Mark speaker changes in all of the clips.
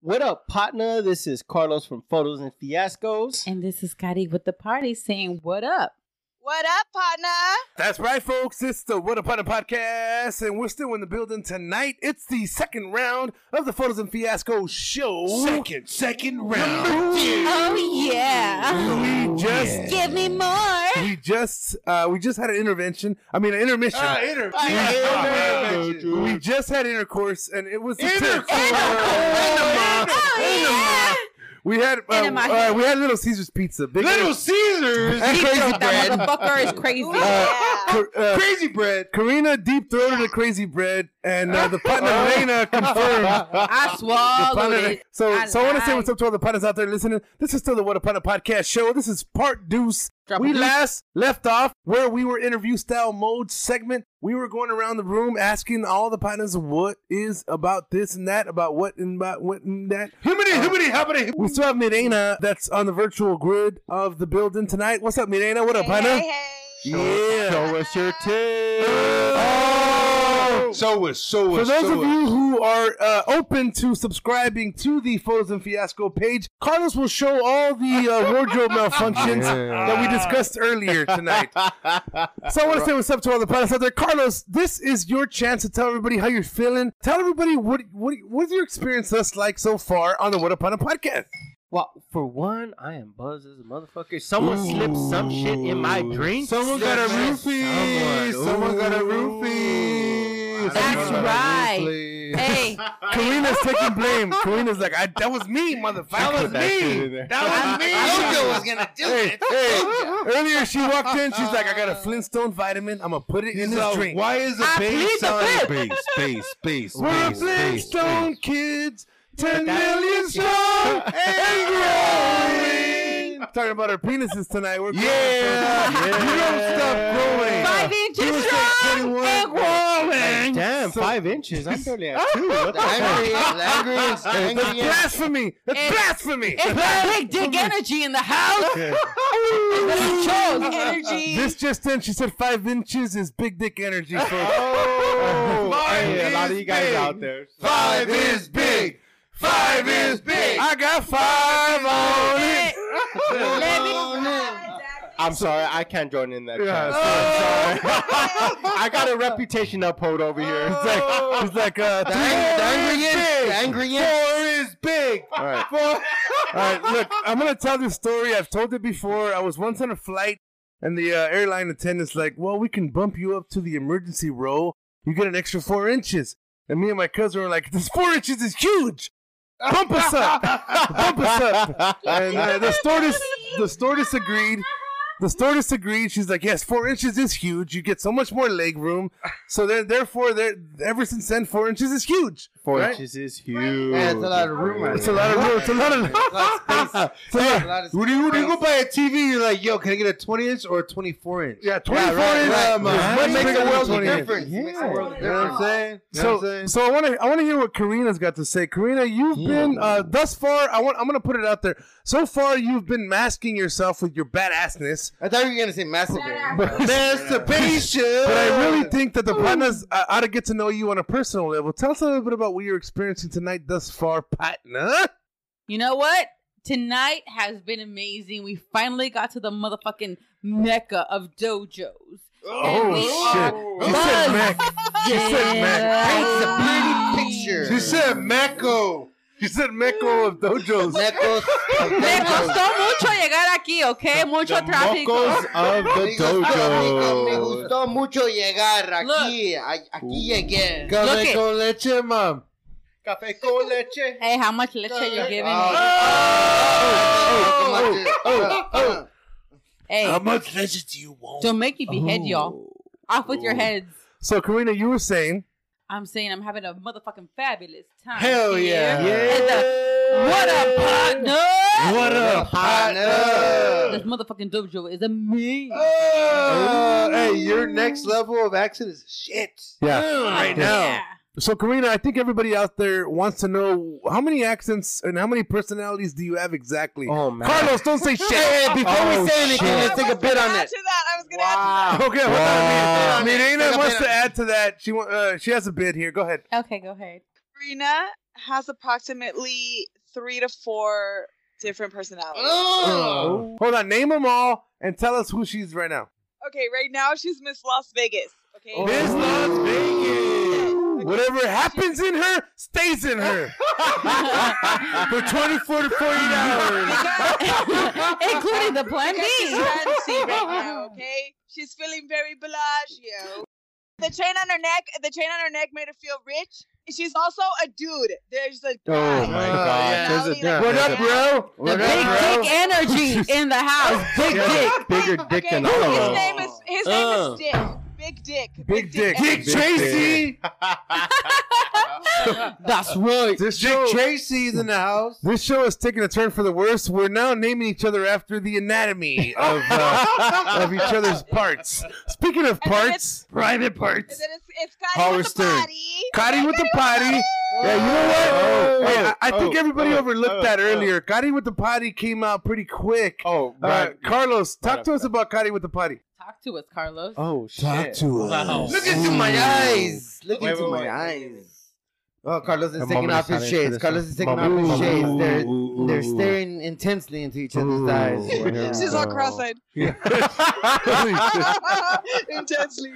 Speaker 1: What up, partner? This is Carlos from Photos and Fiascos.
Speaker 2: And this is Scotty with the party saying, What up?
Speaker 3: What up, partner?
Speaker 4: That's right, folks. It's the What Upon a Podcast, and we're still in the building tonight. It's the second round of the Photos and Fiasco show.
Speaker 5: Second, second round.
Speaker 3: Oh yeah.
Speaker 4: We just,
Speaker 3: Give me more.
Speaker 4: we just, uh, we just had an intervention. I mean, an intermission.
Speaker 5: Ah, inter-
Speaker 4: We- we just had intercourse, and it was the
Speaker 5: Intercourse.
Speaker 4: tips.
Speaker 5: Enema.
Speaker 3: Oh
Speaker 4: We had, uh,
Speaker 2: Enema.
Speaker 4: uh, we had Little Caesar's pizza. Big
Speaker 5: Little Caesars.
Speaker 4: and crazy Uh,
Speaker 2: That
Speaker 4: bread.
Speaker 2: motherfucker is crazy.
Speaker 3: yeah. Yeah.
Speaker 4: Cor- uh,
Speaker 5: Crazy bread.
Speaker 4: Karina deep throated the crazy bread, and uh, the partner Elena confirmed.
Speaker 2: I
Speaker 4: The
Speaker 2: swallowed
Speaker 4: Panda-
Speaker 2: Oh, it.
Speaker 4: So,
Speaker 2: I
Speaker 4: so I want to say
Speaker 2: lied.
Speaker 4: what's up to all the punters out there listening. This is still the What a Punter podcast show. This is part deuce.
Speaker 2: Drop a
Speaker 4: we
Speaker 2: deuce.
Speaker 4: last left off where we were interview style mode segment. We were going around the room asking all the partners what is about this and that, about what and about what and that.
Speaker 5: Hibbity, hibbity, hibbity.
Speaker 4: We still have Mirena that's on the virtual grid of the building tonight. What's up, Mirena? What up,
Speaker 3: Hey,
Speaker 4: partner?
Speaker 3: hey, hey.
Speaker 4: Yeah.
Speaker 3: Show us your
Speaker 4: Oh.
Speaker 5: So is, so
Speaker 4: For
Speaker 5: is,
Speaker 4: those
Speaker 5: so
Speaker 4: of
Speaker 5: is.
Speaker 4: you who are uh, open to subscribing to the Photos and Fiasco page, Carlos will show all the uh, wardrobe malfunctions that we discussed earlier tonight. so I want to say what's up to all the pilots out there. Carlos, this is your chance to tell everybody how you're feeling. Tell everybody what what what's your experience thus like so far on the What Upon a podcast.
Speaker 1: Well, for one, I am buzzed as a motherfucker. Someone slipped some shit in my drink.
Speaker 5: Someone got a
Speaker 1: Someone-
Speaker 5: roofie. Someone got a roofie.
Speaker 2: That's
Speaker 5: Someone got a
Speaker 2: right.
Speaker 5: roofie.
Speaker 2: Hey,
Speaker 4: Karina's taking blame. Karina's like, I, that was me, motherfucker. That was me. That was me.
Speaker 5: Jojo was gonna do
Speaker 4: Hey, hey, earlier she walked in, she's like, I got a Flintstone vitamin. I'm going to put it in this
Speaker 5: So
Speaker 4: drink.
Speaker 5: Why is a
Speaker 2: I plead
Speaker 5: bass
Speaker 2: the
Speaker 5: on
Speaker 2: fifth.
Speaker 5: bass, bass, bass,
Speaker 4: We're
Speaker 5: bass, bass,
Speaker 4: Flintstone
Speaker 5: bass?
Speaker 4: kids, 10 million strong and growing. Talking about our penises tonight. We're
Speaker 5: Yeah,
Speaker 4: growing.
Speaker 5: you don't stop growing.
Speaker 2: five inches strong and growing.
Speaker 1: Damn,
Speaker 4: So-
Speaker 1: five inches. I'm barely at two. What the
Speaker 6: angry, angry,
Speaker 4: That's
Speaker 6: angry.
Speaker 4: blasphemy. That's
Speaker 2: It's-
Speaker 4: blasphemy.
Speaker 2: It's not big dick energy in the house. It's chose energy.
Speaker 4: This just then, she said five inches is big dick energy. folks.
Speaker 5: Oh,
Speaker 1: hey, a lot of you guys out there.
Speaker 5: Five is big. Five is big.
Speaker 4: I got five on it.
Speaker 2: Let me-
Speaker 4: Oh,
Speaker 1: I'm sorry, I can't join in that.
Speaker 4: Yeah,
Speaker 1: crowd.
Speaker 3: Oh,
Speaker 1: sorry. I got a reputation up hold over here. It's like-
Speaker 4: He's like, uh,
Speaker 6: The
Speaker 4: three
Speaker 6: ang- the
Speaker 4: is
Speaker 6: angry
Speaker 4: big.
Speaker 6: inch, the angry inch.
Speaker 5: Four is big.
Speaker 4: All right. All right, look, I'm gonna tell this story. I've told it before. I was once on a flight, and the uh, airline attendant's like, "Well, we can bump you up to the emergency row. You get an extra four inches." And me and my cousin were like, "This four inches is huge. Bump us up, bump us up." And uh, the stewardess, the stewardess agreed. The stewardess agreed. She's like, "Yes, four inches is huge. You get so much more leg room. So there, therefore, there. Ever since then, four inches is huge.
Speaker 1: Four
Speaker 4: Right?
Speaker 1: inches is huge.
Speaker 6: Yeah, it's a lot of room.
Speaker 4: It's a lot of room. It's a lot of.
Speaker 6: lot of
Speaker 4: It's a lot-
Speaker 6: A lot of
Speaker 5: When you, when you go
Speaker 6: space.
Speaker 5: buy a TV, you're like, yo, can I get a 20 inch or a 24 inch?
Speaker 4: Yeah, 24
Speaker 6: right,
Speaker 4: inch.
Speaker 6: right,
Speaker 4: is
Speaker 5: man.
Speaker 4: much
Speaker 5: Makes
Speaker 4: bigger
Speaker 5: a
Speaker 4: than
Speaker 5: world of
Speaker 4: 20 inch.
Speaker 6: difference. It makes a world of
Speaker 5: You know what I'm
Speaker 6: difference.
Speaker 5: saying? You know what I'm
Speaker 4: So,
Speaker 5: saying?
Speaker 4: so I want to I want to hear what Karina's got to say. Karina, you've been uh, thus far. I want I'm gonna put it out there. So far, you've been masking yourself with your badassness,
Speaker 6: I thought you were gonna say masturbating.
Speaker 4: but,
Speaker 5: Masturbation.
Speaker 4: but I really think that the partners uh, ought to get to know you on a personal level. Tell us a little bit about what you're experiencing tonight thus far, partner.
Speaker 2: You know what? Tonight has been amazing. We finally got to the motherfucking mecca of dojos.
Speaker 4: Oh
Speaker 2: we
Speaker 4: shit! She
Speaker 2: buzzed.
Speaker 4: said Mac. She said Mac.
Speaker 6: Paints a pretty picture.
Speaker 5: She said Mecco.
Speaker 4: She said Mecco of dojos.
Speaker 6: Necklace.
Speaker 2: Me costó mucho llegar aquí, okay? Mucho tráfico.
Speaker 1: Mocos of the
Speaker 6: Me
Speaker 1: dojo.
Speaker 6: gustó mucho llegar aquí. Ay- Aquí llegué.
Speaker 2: Look
Speaker 5: Café
Speaker 2: it.
Speaker 5: con leche, mom.
Speaker 6: Café con leche.
Speaker 2: Hey, how much leche you giving me?
Speaker 6: Oh, oh, oh, oh.
Speaker 2: Hey,
Speaker 5: much leche do you want? Oh.
Speaker 2: don't make me behead y'all. Off with your heads.
Speaker 4: So Karina, you were saying
Speaker 2: I'm saying I'm having a motherfucking fabulous time.
Speaker 5: Hell yeah.
Speaker 2: here. And the- what a partner!
Speaker 5: What
Speaker 2: This
Speaker 5: up, partner?
Speaker 2: motherfucking dojo is amazing.
Speaker 5: Oh, hey, your next level of accent is shit.
Speaker 4: Yeah.
Speaker 5: Right now.
Speaker 4: now. So, Karina, I think everybody out there wants to know how many accents and how many personalities do you have exactly?
Speaker 1: Oh man.
Speaker 4: Carlos, don't say shit.
Speaker 6: Before we say anything,
Speaker 1: shit.
Speaker 6: let's take a bit on
Speaker 3: I was
Speaker 6: it.
Speaker 3: gonna add to that. I was Wow.
Speaker 4: Okay, hold
Speaker 5: Wow.
Speaker 4: on. Mirena
Speaker 6: Venga,
Speaker 4: wants
Speaker 6: Mirena.
Speaker 4: to add to that. She wa- uh, she has a bid here. Go ahead.
Speaker 2: Okay, go ahead.
Speaker 3: Rena has approximately three to four different personalities.
Speaker 6: Oh.
Speaker 4: Hold on. Name them all and tell us who she's right now.
Speaker 3: Okay, right now she's Miss Las Vegas. Okay.
Speaker 4: Miss Las Vegas.
Speaker 3: Okay.
Speaker 4: Whatever happens in her stays in her for 24 to 48 hours.
Speaker 2: Including the plan
Speaker 3: Because she's
Speaker 2: B.
Speaker 3: fancy right now, okay? She's feeling very Bellagio. The chain on her neck, the chain on her neck made her feel rich. She's also a dude. There's a guy.
Speaker 5: Oh my
Speaker 6: Oh,
Speaker 5: god.
Speaker 6: yeah.
Speaker 5: There's a
Speaker 3: Personality
Speaker 5: yeah.
Speaker 3: like
Speaker 4: What
Speaker 3: that.
Speaker 4: up, bro?
Speaker 2: The
Speaker 4: What
Speaker 2: big
Speaker 4: up,
Speaker 2: dick energy in the house. Big dick.
Speaker 5: Yeah, Bigger dick
Speaker 3: okay,
Speaker 5: than all of
Speaker 3: his
Speaker 5: us.
Speaker 3: name is his name
Speaker 1: Uh.
Speaker 3: is Dick. Big Dick.
Speaker 4: Big dick. Dick
Speaker 5: Big
Speaker 4: Tracy.
Speaker 2: That's right.
Speaker 4: This
Speaker 5: Dick
Speaker 4: show-
Speaker 5: Tracy's in the house.
Speaker 4: This show is taking a turn for the worse. We're now naming each other after the anatomy of, uh, of each other's parts. Speaking of
Speaker 3: And then
Speaker 4: parts, private
Speaker 3: And
Speaker 4: parts.
Speaker 3: then it's it's Cotty
Speaker 4: Howard
Speaker 3: with the
Speaker 4: Stern.
Speaker 3: body.
Speaker 4: Gotti with the potty. Yeah, you know what?
Speaker 5: Oh,
Speaker 4: Hey,
Speaker 5: oh,
Speaker 4: I, I think
Speaker 5: oh,
Speaker 4: everybody
Speaker 5: oh,
Speaker 4: overlooked
Speaker 5: oh,
Speaker 4: that
Speaker 5: oh.
Speaker 4: earlier. Gotti with the potty came out pretty quick.
Speaker 5: Oh,
Speaker 4: Uh,
Speaker 5: right.
Speaker 4: Carlos, talk
Speaker 5: Right
Speaker 4: to us about Gotti with the potty.
Speaker 2: Talk to us, Carlos.
Speaker 5: oh shit.
Speaker 4: to
Speaker 1: Wow.
Speaker 6: Look into my eyes. Look
Speaker 5: Wait,
Speaker 6: into
Speaker 5: wait,
Speaker 6: my
Speaker 5: wait.
Speaker 6: eyes. Oh, Carlos is
Speaker 5: A
Speaker 6: taking
Speaker 5: moment of
Speaker 6: off his
Speaker 5: silence for
Speaker 6: shades.
Speaker 5: this
Speaker 6: Carlos
Speaker 5: one.
Speaker 6: is taking off
Speaker 5: Moment
Speaker 6: his
Speaker 5: of
Speaker 6: shades.
Speaker 5: silence.
Speaker 6: They're
Speaker 5: Oh, Ooh,
Speaker 6: they're
Speaker 5: ooh, ooh.
Speaker 6: staring intensely into each other's
Speaker 5: Ooh,
Speaker 6: eyes.
Speaker 5: here we
Speaker 3: She's all
Speaker 5: go.
Speaker 3: cross-eyed. Intensely.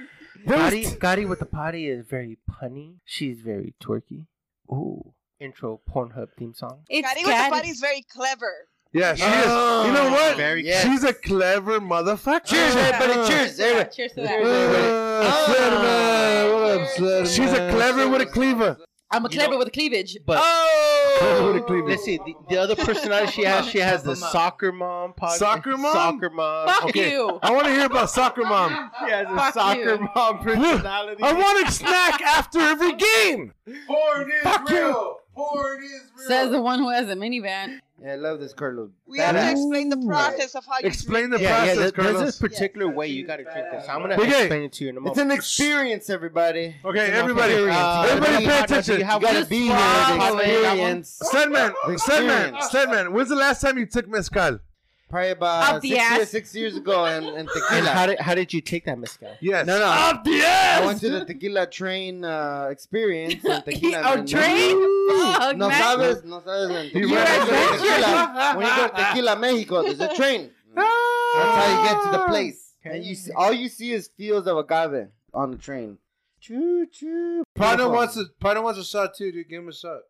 Speaker 1: Gotti, Gotti with the potty is very punny. She's very twerky. Ooh. Intro Pornhub theme song.
Speaker 2: It's
Speaker 3: Cotty with the
Speaker 2: Gotti.
Speaker 3: body is very clever.
Speaker 4: Yeah, she
Speaker 6: Oh.
Speaker 4: is. You know what?
Speaker 5: Very
Speaker 6: Yes.
Speaker 4: She's a clever motherfucker.
Speaker 6: Cheers,
Speaker 1: Uh,
Speaker 6: everybody. Cheers.
Speaker 2: Yeah,
Speaker 6: everybody.
Speaker 2: Cheers to
Speaker 4: Uh,
Speaker 2: that.
Speaker 4: Sledman, what up,
Speaker 3: Cheers.
Speaker 4: Sledman? She's a clever with a cleaver.
Speaker 2: I'm a
Speaker 6: You
Speaker 2: clever with a cleavage.
Speaker 1: But
Speaker 4: Clever with a cleaver.
Speaker 1: let's see, the, the other personality she has, she has the soccer mom podcast.
Speaker 4: Soccer mom?
Speaker 1: Soccer
Speaker 6: Uh,
Speaker 1: mom.
Speaker 2: Fuck
Speaker 4: okay.
Speaker 2: you.
Speaker 4: I want to hear about soccer mom.
Speaker 1: She has a
Speaker 2: Fuck
Speaker 1: soccer
Speaker 2: you.
Speaker 1: mom personality.
Speaker 4: I want a snack after every game.
Speaker 5: Porn is
Speaker 4: Fuck you.
Speaker 5: real. Porn is real.
Speaker 2: Says the one who has a minivan.
Speaker 6: Yeah, I love this Carlos.
Speaker 3: We have to
Speaker 6: Badass.
Speaker 3: explain the process of how you
Speaker 4: Explain the
Speaker 3: drink it.
Speaker 1: yeah, yeah,
Speaker 4: process,
Speaker 1: there- there's
Speaker 4: Carlos.
Speaker 1: this particular way you gotta treat this. I'm gonna
Speaker 4: Okay.
Speaker 1: explain it to you in a
Speaker 6: It's
Speaker 1: moment.
Speaker 6: an experience, everybody.
Speaker 4: Okay,
Speaker 6: It's an
Speaker 4: everybody,
Speaker 6: experience.
Speaker 4: uh,
Speaker 6: You
Speaker 4: everybody
Speaker 6: gotta
Speaker 4: pay
Speaker 6: be-
Speaker 4: attention.
Speaker 6: You gotta be here. The
Speaker 1: swallow it.
Speaker 6: experience.
Speaker 4: Sledman, Sledman,
Speaker 6: Experience.
Speaker 4: Sledman. When's the last time you took mezcal?
Speaker 6: Probably about
Speaker 2: Up
Speaker 6: Uh, six
Speaker 2: the
Speaker 6: years,
Speaker 2: ass.
Speaker 6: six years ago, and, and
Speaker 1: And how
Speaker 6: tequila.
Speaker 1: did how did you take that, Miss Guy?
Speaker 4: Yes.
Speaker 6: No, no.
Speaker 4: Up the
Speaker 6: I went
Speaker 4: ass.
Speaker 6: to the tequila train uh, experience. And
Speaker 2: He,
Speaker 6: tequila,
Speaker 2: oh,
Speaker 6: no-
Speaker 2: train? Fuck,
Speaker 6: No
Speaker 2: man.
Speaker 6: sabes, no sabes. And
Speaker 4: He
Speaker 6: tequila,
Speaker 4: went
Speaker 6: when you go to
Speaker 2: adventurous.
Speaker 6: tequila, when you go to Tequila, Mexico, there's a train.
Speaker 4: Ah!
Speaker 6: That's how you get to the place. And you see, all you see is fields of agave on the train. Choo choo.
Speaker 5: Partner
Speaker 6: Beautiful.
Speaker 5: wants a partner wants a shot too, dude. Give him a shot.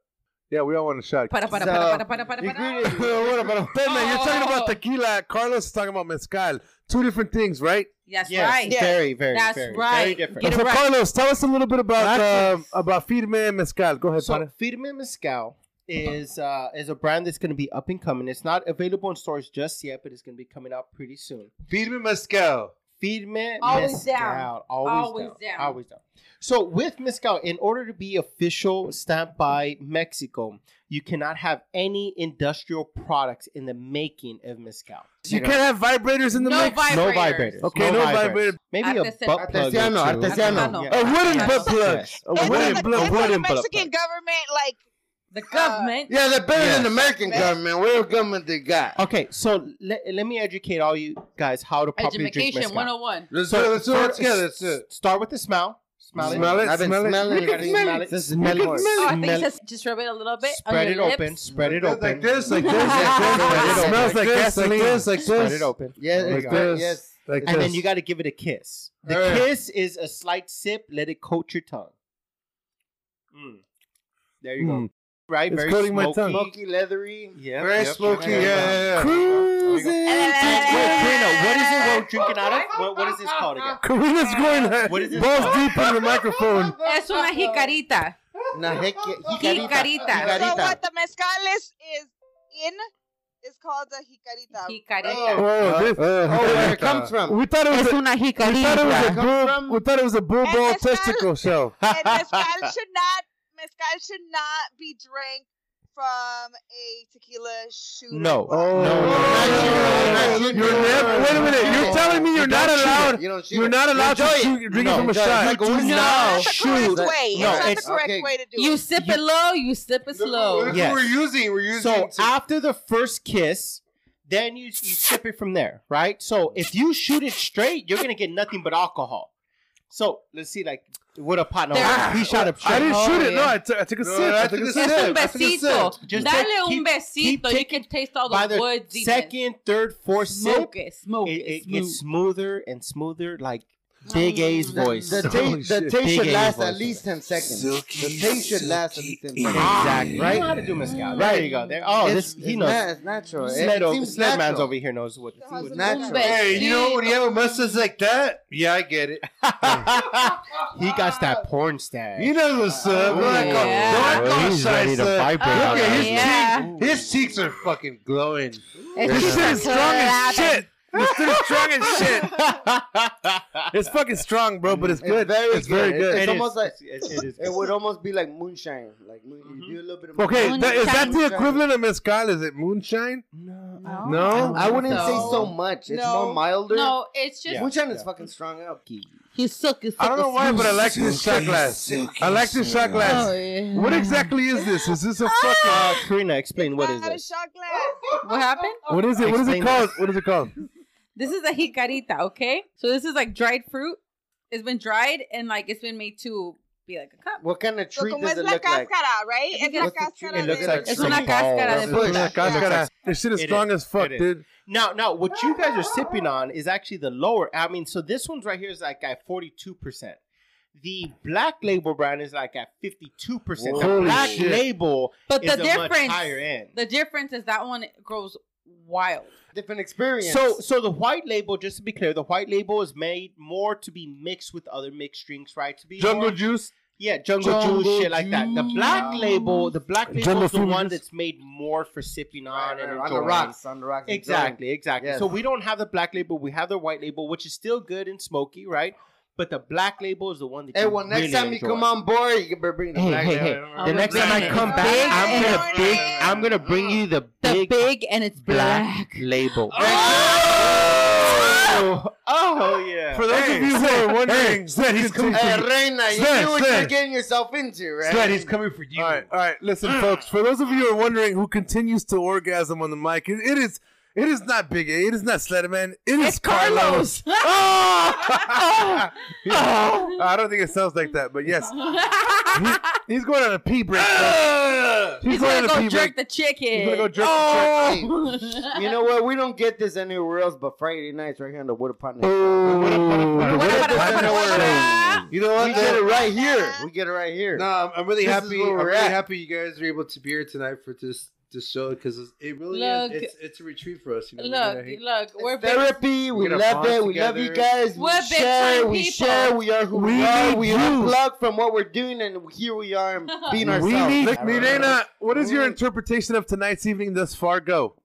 Speaker 4: Yeah, we all want a shot.
Speaker 2: Para, para,
Speaker 6: So,
Speaker 2: para, para, para,
Speaker 6: the
Speaker 2: para,
Speaker 6: ingredients-
Speaker 2: para.
Speaker 4: What about- Sledman, you're talking about
Speaker 2: Oh.
Speaker 4: tequila. Carlos is talking about mezcal. Two different things, right?
Speaker 2: That's
Speaker 1: Yes,
Speaker 2: right.
Speaker 1: Very, very,
Speaker 2: That's
Speaker 1: very, very
Speaker 2: right.
Speaker 1: different.
Speaker 2: Get
Speaker 4: so
Speaker 2: it right.
Speaker 4: Carlos, tell us a little bit about
Speaker 1: That's-
Speaker 4: um about Firme and Mezcal. Go ahead,
Speaker 1: So
Speaker 4: partner.
Speaker 1: Firme Mezcal is uh, is a brand that's going to be up and coming. It's not available in stores just yet, but it's going to be coming out pretty soon.
Speaker 5: Beat him in Moscow.
Speaker 1: Firme
Speaker 2: Always
Speaker 1: Mezcal,
Speaker 2: down.
Speaker 1: always,
Speaker 2: Always
Speaker 1: down,
Speaker 2: down.
Speaker 1: always down. So with Mezcal, in order to be official stamped by Mexico, you cannot have any industrial products in the making of Mezcal.
Speaker 4: You can't have vibrators in the
Speaker 2: No
Speaker 4: mix.
Speaker 2: vibrators.
Speaker 1: No vibrators.
Speaker 4: Okay, no vibrators.
Speaker 1: Maybe
Speaker 2: Artesian-
Speaker 1: a butt plug.
Speaker 6: Artesiano,
Speaker 1: or two.
Speaker 6: artesiano.
Speaker 1: Yeah.
Speaker 4: A wooden
Speaker 2: Yes.
Speaker 4: butt plug. A
Speaker 3: It's
Speaker 4: wooden
Speaker 3: like,
Speaker 4: butt
Speaker 3: it's like
Speaker 4: plug.
Speaker 3: the
Speaker 1: wooden blood
Speaker 3: Mexican government, like
Speaker 2: The government.
Speaker 6: Yeah, they're better than
Speaker 1: Yes.
Speaker 6: the American government. Whatever government they got.
Speaker 1: Okay, so le- let me educate all you guys how to properly drink
Speaker 2: Education
Speaker 1: mezcal.
Speaker 2: 101.
Speaker 6: Mm.
Speaker 5: Let's
Speaker 1: So
Speaker 5: do it. Let's do it. Let's
Speaker 1: first,
Speaker 5: get it. Let's do it.
Speaker 1: Start with the smell. Smell it.
Speaker 4: Smell it.
Speaker 6: I've been
Speaker 4: smell it.
Speaker 6: smelling
Speaker 4: You can
Speaker 6: it.
Speaker 4: smell
Speaker 1: it.
Speaker 6: it. Just smell
Speaker 4: You
Speaker 6: it
Speaker 4: can
Speaker 6: more.
Speaker 2: Oh,
Speaker 4: smell it.
Speaker 2: I think
Speaker 1: Smell
Speaker 2: it says just rub it a little bit
Speaker 1: Spread
Speaker 2: on
Speaker 1: it
Speaker 2: your lips.
Speaker 1: open. Spread it
Speaker 5: Like
Speaker 1: open.
Speaker 5: this, like this,
Speaker 1: Spread it
Speaker 4: It
Speaker 1: open.
Speaker 4: smells like gasoline.
Speaker 5: like
Speaker 1: Spread it open.
Speaker 6: Yeah,
Speaker 1: There
Speaker 6: it's
Speaker 1: you go.
Speaker 6: good.
Speaker 4: this.
Speaker 6: Yes.
Speaker 4: Like
Speaker 1: And then
Speaker 4: this.
Speaker 1: you got to give it a kiss. The
Speaker 5: Yeah.
Speaker 1: kiss is a slight sip. Let it coat your tongue. Mm. There you
Speaker 4: Mm.
Speaker 1: go. Right?
Speaker 4: It's
Speaker 1: Very
Speaker 4: coating my
Speaker 1: smoky.
Speaker 4: tongue.
Speaker 6: Smoky, leathery.
Speaker 1: Yeah.
Speaker 5: Very smoky. Yeah, yeah, yeah.
Speaker 4: Cruising.
Speaker 1: what is it we're drinking out of? What, what is this called again?
Speaker 4: Karina's going uh,
Speaker 1: What is this
Speaker 4: balls
Speaker 1: called?
Speaker 4: deep in the microphone.
Speaker 2: Es una jicarita.
Speaker 6: Nah, heck,
Speaker 2: Jicarita.
Speaker 3: so.
Speaker 6: Jicarita.
Speaker 3: What the mezcal is is in is called the jicarita.
Speaker 2: Jicarita.
Speaker 4: Oh,
Speaker 5: Uh,
Speaker 4: this.
Speaker 6: Oh, where
Speaker 4: oh,
Speaker 6: it comes from.
Speaker 4: we thought it was.
Speaker 2: Es
Speaker 4: A,
Speaker 2: una
Speaker 4: we thought it was a
Speaker 2: jicarita.
Speaker 6: Come
Speaker 4: bull.
Speaker 6: from-
Speaker 4: We thought it was a bull
Speaker 3: And
Speaker 4: ball
Speaker 3: it's not-
Speaker 4: testicle shell.
Speaker 3: and mezcal should not mezcal should not be drank from a tequila shooter.
Speaker 1: No.
Speaker 3: bottle.
Speaker 1: No, no,
Speaker 6: no, no,
Speaker 4: You're
Speaker 6: no, no, no,
Speaker 4: never.
Speaker 6: no,
Speaker 4: Wait a
Speaker 6: no,
Speaker 4: minute.
Speaker 6: no,
Speaker 4: You're
Speaker 6: no.
Speaker 4: telling me
Speaker 6: You
Speaker 4: you're not
Speaker 6: don't shoot
Speaker 4: allowed.
Speaker 6: it. You don't shoot
Speaker 4: You're
Speaker 6: it.
Speaker 4: not allowed to
Speaker 6: Enjoy it.
Speaker 4: shoot, drink it
Speaker 1: No,
Speaker 4: from a
Speaker 1: enjoy it.
Speaker 4: shot.
Speaker 1: You
Speaker 6: do
Speaker 3: No,
Speaker 6: not
Speaker 3: it's not the
Speaker 6: shoot.
Speaker 3: correct way.
Speaker 1: No,
Speaker 3: it's not
Speaker 1: it's-
Speaker 3: the correct
Speaker 6: okay.
Speaker 3: way to do
Speaker 2: You
Speaker 3: it.
Speaker 2: sip
Speaker 1: You-
Speaker 2: it low, you sip it
Speaker 5: Look-
Speaker 2: slow.
Speaker 5: Look
Speaker 1: Yes.
Speaker 5: what we're using. We're using.
Speaker 1: So
Speaker 5: to-
Speaker 1: after the first kiss, Then you, you sip it from there, right? So if you shoot it straight, you're gonna get nothing but alcohol. So let's see, like what a pot. No,
Speaker 2: There-
Speaker 1: he shot up
Speaker 4: Ah. I
Speaker 1: straight.
Speaker 4: didn't
Speaker 2: Oh,
Speaker 4: shoot it. No,
Speaker 2: yeah.
Speaker 4: I took I took a
Speaker 5: No,
Speaker 4: sip. I
Speaker 5: I
Speaker 4: took
Speaker 5: took
Speaker 4: a
Speaker 5: a
Speaker 4: sip.
Speaker 5: sip.
Speaker 2: Es un
Speaker 5: that's what I said.
Speaker 2: besito.
Speaker 1: Just
Speaker 2: Dale un
Speaker 1: keep- keep
Speaker 2: besito. you
Speaker 1: taking-
Speaker 2: can taste all
Speaker 1: By
Speaker 2: the
Speaker 1: the
Speaker 2: woods. even.
Speaker 1: second, third, fourth sip,
Speaker 2: smoke it,
Speaker 1: it,
Speaker 2: smoke it,
Speaker 1: it
Speaker 2: smoke.
Speaker 1: gets smoother and smoother. Like Big A's
Speaker 6: The,
Speaker 1: voice.
Speaker 6: the,
Speaker 4: Holy
Speaker 6: taste, the
Speaker 4: shit.
Speaker 6: taste
Speaker 1: Big
Speaker 6: should
Speaker 1: A
Speaker 6: last at
Speaker 1: voice.
Speaker 6: least 10 seconds.
Speaker 5: Silky,
Speaker 6: the taste should last at
Speaker 5: silky
Speaker 6: least 10
Speaker 5: ear.
Speaker 6: seconds.
Speaker 1: exactly,
Speaker 5: Yeah.
Speaker 1: right? You know how to do mezcal. There you go. There. Oh,
Speaker 6: It's-
Speaker 1: Ah, this he
Speaker 6: it's
Speaker 1: knows.
Speaker 6: na- it's natural. It- it
Speaker 1: Sled,
Speaker 6: seems
Speaker 1: Sled man's
Speaker 6: natural.
Speaker 1: over here knows what.
Speaker 3: How's
Speaker 6: was
Speaker 3: it
Speaker 6: natural.
Speaker 3: look?
Speaker 2: Hey,
Speaker 5: Hey, you know when you have a mustache like that? Yeah, I get it.
Speaker 1: he got that porn stash.
Speaker 5: He knows what's
Speaker 3: Oh,
Speaker 5: up. Don't act all-
Speaker 2: Yeah.
Speaker 5: don't act all shy, son.
Speaker 2: out
Speaker 5: Look at
Speaker 2: there.
Speaker 5: his
Speaker 2: Oh, Yeah.
Speaker 5: cheeks. uh, His cheeks are fucking glowing.
Speaker 4: This shit is strong as shit. This shit is strong as shit. It's fucking strong, bro, but it's
Speaker 6: It's
Speaker 4: good.
Speaker 6: very
Speaker 4: it's very
Speaker 6: good.
Speaker 4: good.
Speaker 6: It's almost like-
Speaker 1: it, it is.
Speaker 6: It would almost be like moonshine. Like moon, you do a little bit of
Speaker 4: Okay,
Speaker 2: Moonshine.
Speaker 4: that, is that the
Speaker 6: Moonshine.
Speaker 4: equivalent of mezcal? Is it moonshine?
Speaker 1: Oh,
Speaker 2: No.
Speaker 4: No?
Speaker 6: I wouldn't
Speaker 2: No.
Speaker 6: say so much. It's
Speaker 3: No.
Speaker 6: more milder.
Speaker 2: No, it's just
Speaker 1: Yeah.
Speaker 6: Moonshine is
Speaker 1: Yeah.
Speaker 6: fucking strong up.
Speaker 2: you suck. You suck
Speaker 4: I don't know
Speaker 2: you
Speaker 4: why,
Speaker 2: suck.
Speaker 4: but I like this shot glass. I like this shot
Speaker 2: Oh,
Speaker 4: glass.
Speaker 2: yeah. Ah!
Speaker 4: What exactly is this? Is this a fucking?
Speaker 1: Uh, Karina, explain what is
Speaker 3: Not a
Speaker 1: this.
Speaker 3: shot glass.
Speaker 2: What happened?
Speaker 4: What is it? What is it
Speaker 1: Explain
Speaker 4: called? What is it called?
Speaker 2: This is a jicarita, okay? So this is like dried fruit. It's been dried and like it's been made to be like a cup.
Speaker 6: What kind of
Speaker 3: So
Speaker 6: treat
Speaker 3: como
Speaker 6: does
Speaker 3: es
Speaker 6: it
Speaker 3: la
Speaker 6: look like?
Speaker 3: cáscara, right? Es la
Speaker 6: What's the treat?
Speaker 3: cáscara.
Speaker 6: It looks
Speaker 3: de-
Speaker 6: like
Speaker 2: Es una cáscara
Speaker 1: Some
Speaker 2: de
Speaker 1: balls.
Speaker 4: Look at
Speaker 2: fruta.
Speaker 4: that cáscara.
Speaker 1: Yeah.
Speaker 4: This shit is
Speaker 1: It
Speaker 4: strong
Speaker 1: is.
Speaker 4: as fuck,
Speaker 1: It is.
Speaker 4: dude.
Speaker 1: Now, now, what you guys are sipping on is actually the lower. I mean, so this one's right here is like at forty-two percent. The black label brand is like at fifty-two percent. The
Speaker 4: Holy
Speaker 1: black
Speaker 4: shit.
Speaker 1: label
Speaker 2: But
Speaker 1: is
Speaker 2: the
Speaker 1: a much
Speaker 2: difference,
Speaker 1: higher end.
Speaker 2: the difference is that one grows wild.
Speaker 6: Different experience.
Speaker 1: So, so the white label, just to be clear, the white label is made more to be mixed with other mixed drinks, right? To be
Speaker 4: Jungle
Speaker 1: more-
Speaker 4: juice.
Speaker 1: yeah, jungle,
Speaker 4: Jungle
Speaker 1: juice, shit like that. The
Speaker 4: Juice.
Speaker 1: black label, the black label
Speaker 4: Jungle
Speaker 1: is the
Speaker 4: Fruit
Speaker 1: one
Speaker 4: Juice.
Speaker 1: that's made more for sipping on
Speaker 6: Right,
Speaker 1: and
Speaker 6: right, on
Speaker 1: enjoying.
Speaker 6: the rocks, on the rocks. enjoying.
Speaker 1: Exactly, exactly.
Speaker 6: Yes.
Speaker 1: So we don't have the black label; we have the white label, which is still good and smoky, right? But the black label is the one that.
Speaker 6: Hey,
Speaker 1: you
Speaker 6: well, next
Speaker 1: really
Speaker 6: time you
Speaker 1: enjoy.
Speaker 6: come on board, you can bring the
Speaker 1: Hey,
Speaker 6: black
Speaker 1: hey,
Speaker 6: label.
Speaker 1: hey. The
Speaker 2: I'm
Speaker 1: next time I
Speaker 2: bringing
Speaker 1: come
Speaker 3: it.
Speaker 1: back,
Speaker 2: Big
Speaker 1: I'm
Speaker 2: and
Speaker 1: gonna big,
Speaker 3: black.
Speaker 1: I'm gonna bring you the
Speaker 2: The
Speaker 1: big,
Speaker 2: big, and it's
Speaker 1: black
Speaker 2: black.
Speaker 1: label.
Speaker 4: Oh!
Speaker 1: Oh yeah.
Speaker 4: For those of you who are wondering,
Speaker 5: Sled, he's coming
Speaker 6: Hey,
Speaker 5: for you.
Speaker 6: Reina, you
Speaker 4: Sir,
Speaker 6: knew what
Speaker 4: sir.
Speaker 6: you're getting yourself into, right?
Speaker 5: Sled, he's coming for you.
Speaker 4: All right, all right. Listen,
Speaker 6: Mm.
Speaker 4: folks. For those of you who are wondering who continues to orgasm on the mic, it, it is it is not Big A. It is not Sledderman. It is
Speaker 2: It's Carlos.
Speaker 4: Oh!
Speaker 6: Oh.
Speaker 4: Yeah. I don't think it sounds like that, but yes, he, he's going on a pee break. folks.
Speaker 2: He's gonna
Speaker 4: on a
Speaker 2: go
Speaker 4: pee
Speaker 2: jerk
Speaker 4: break.
Speaker 2: the chicken.
Speaker 4: He's gonna go jerk.
Speaker 6: Hey, you know what? We don't get this anywhere else but Friday nights right here on the Wood Apartment.
Speaker 4: Oh,
Speaker 6: What
Speaker 4: the
Speaker 6: about-
Speaker 4: Wood
Speaker 6: what about-
Speaker 4: Apartment.
Speaker 5: You know what?
Speaker 6: We get it
Speaker 5: though?
Speaker 6: right here. We get it right here.
Speaker 5: No, I'm, I'm really
Speaker 6: This is
Speaker 5: happy.
Speaker 6: where
Speaker 5: I'm
Speaker 6: we're
Speaker 5: really
Speaker 6: at.
Speaker 5: happy you guys were able to be here tonight for this this show because it really
Speaker 2: Look.
Speaker 5: is. It's, it's a retreat for us. You know,
Speaker 2: Look,
Speaker 5: We're gonna-
Speaker 2: look, we're
Speaker 6: It's therapy. We
Speaker 5: gonna
Speaker 6: love
Speaker 5: bond
Speaker 6: it. We love you
Speaker 5: together.
Speaker 6: guys. We
Speaker 2: We're big
Speaker 6: share.
Speaker 2: time
Speaker 6: We
Speaker 2: people.
Speaker 6: share. We are who we,
Speaker 4: We
Speaker 6: are.
Speaker 4: need
Speaker 6: We
Speaker 4: you.
Speaker 6: unplug from what we're doing, and here we are being
Speaker 4: We
Speaker 6: ourselves.
Speaker 4: need- Milena, what is your interpretation of tonight's evening thus far? Go.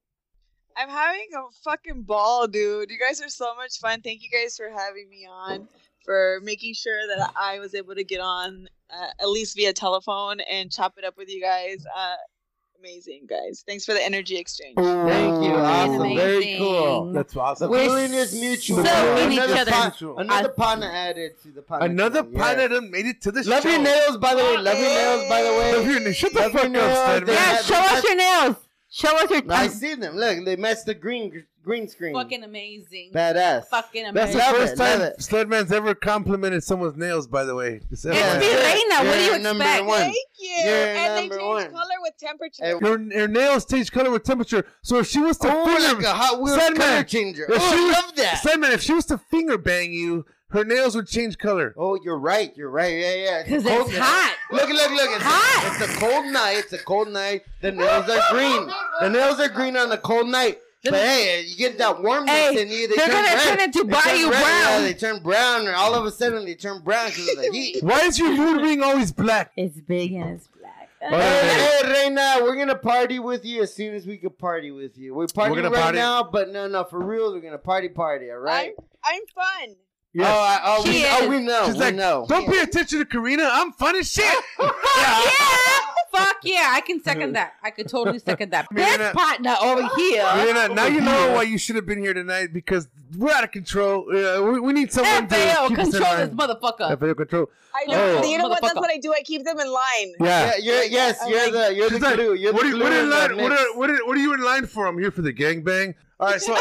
Speaker 3: I'm having a fucking ball, dude. You guys are so much fun. Thank you guys for having me on, for making sure that I was able to get on uh, at least via telephone and chop it up with you guys. Uh, amazing, guys. Thanks for the energy exchange.
Speaker 6: Thank
Speaker 4: Oh.
Speaker 6: you. Awesome.
Speaker 2: amazing.
Speaker 6: Very cool.
Speaker 4: That's
Speaker 6: The
Speaker 4: awesome.
Speaker 2: We're
Speaker 6: feeling is mutual.
Speaker 2: soaking each
Speaker 6: another
Speaker 2: other.
Speaker 6: pon- another partner added to the partner.
Speaker 4: Another
Speaker 6: club, yeah.
Speaker 4: pilot done made it to the
Speaker 6: Love
Speaker 4: show.
Speaker 6: your nails, by the way. Love your nails, by the
Speaker 4: Love
Speaker 6: way.
Speaker 4: your nails. Shut the
Speaker 6: Love your
Speaker 4: fuck
Speaker 6: nails.
Speaker 4: up, Sledman.
Speaker 6: They
Speaker 2: Yeah,
Speaker 6: have-
Speaker 2: show us your nails. Show us your
Speaker 6: I see them. Look, they match the green green screen.
Speaker 2: Fucking amazing.
Speaker 6: badass.
Speaker 2: Fucking
Speaker 4: That's
Speaker 2: amazing.
Speaker 4: the
Speaker 6: Love
Speaker 4: first
Speaker 6: it, love
Speaker 4: time
Speaker 6: it.
Speaker 4: Sledman's ever complimented someone's nails, by the way.
Speaker 2: It's
Speaker 4: It's ever-
Speaker 2: Milena. What do you
Speaker 6: You're number
Speaker 2: expect?
Speaker 6: one.
Speaker 3: Thank you.
Speaker 6: You're
Speaker 3: and they
Speaker 6: number
Speaker 3: change
Speaker 6: one.
Speaker 3: color with temperature.
Speaker 6: Hey,
Speaker 4: Her, her nails change color with temperature. So if she was to
Speaker 6: Oh,
Speaker 4: finger,
Speaker 6: like a Hot Wheels
Speaker 4: Sledman.
Speaker 6: color changer.
Speaker 4: if she
Speaker 6: Oh,
Speaker 4: was,
Speaker 6: I love that.
Speaker 4: Sledman, if she was to finger bang you, her nails would change color.
Speaker 6: Oh, you're right. You're right. Yeah, yeah.
Speaker 2: Because
Speaker 6: cold
Speaker 2: it's
Speaker 6: night.
Speaker 2: hot.
Speaker 6: Look, look, look. It's,
Speaker 2: Hot.
Speaker 6: A, it's a cold night. It's a cold night. The nails are green. The nails are green on a cold night. But hey, you get that warmness
Speaker 2: Hey,
Speaker 6: in you. They
Speaker 2: they're
Speaker 6: turn
Speaker 2: gonna
Speaker 6: red.
Speaker 2: turn into
Speaker 6: They turn
Speaker 2: Bayou
Speaker 6: red. Yeah,
Speaker 2: Brown.
Speaker 6: they turn brown, and all of a sudden they turn brown because of the heat.
Speaker 4: Why is your mood ring always black?
Speaker 2: It's big and it's black.
Speaker 6: Hey, hey, Reina, we're gonna party with you as soon as we can party with you. We're partying
Speaker 4: gonna
Speaker 6: right
Speaker 4: party.
Speaker 6: now, but no, no, for real, we're gonna party, party, all right?
Speaker 3: I'm fun.
Speaker 4: Yes.
Speaker 6: Oh, I, oh,
Speaker 2: She
Speaker 6: we,
Speaker 2: is.
Speaker 6: oh, we know,
Speaker 4: She's
Speaker 6: we
Speaker 4: like,
Speaker 6: know.
Speaker 4: Don't pay attention to Karina. I'm fun as shit.
Speaker 2: yeah. Fuck yeah, I can second that. I could totally second that.
Speaker 4: Mirena-
Speaker 2: This partner over here,
Speaker 4: Mirena, now you know why you should have been here tonight because we're out of control. Uh, we, we need someone
Speaker 2: FAO,
Speaker 4: to keep us in
Speaker 2: control this
Speaker 4: line.
Speaker 2: motherfucker.
Speaker 4: FAO control.
Speaker 3: I know.
Speaker 2: Oh.
Speaker 3: you know what? That's
Speaker 2: Motherfucker.
Speaker 3: what I do. I keep them in line.
Speaker 4: Yeah.
Speaker 6: Yeah, you're, yes, you're the you're the
Speaker 4: She's like,
Speaker 6: glue. You're
Speaker 4: what,
Speaker 6: the
Speaker 4: are, you-
Speaker 6: glue
Speaker 4: what, are you in
Speaker 6: in the
Speaker 4: line, what,
Speaker 6: mix.
Speaker 4: are, what, are, what are you in line for? I'm here for the gangbang. All right, so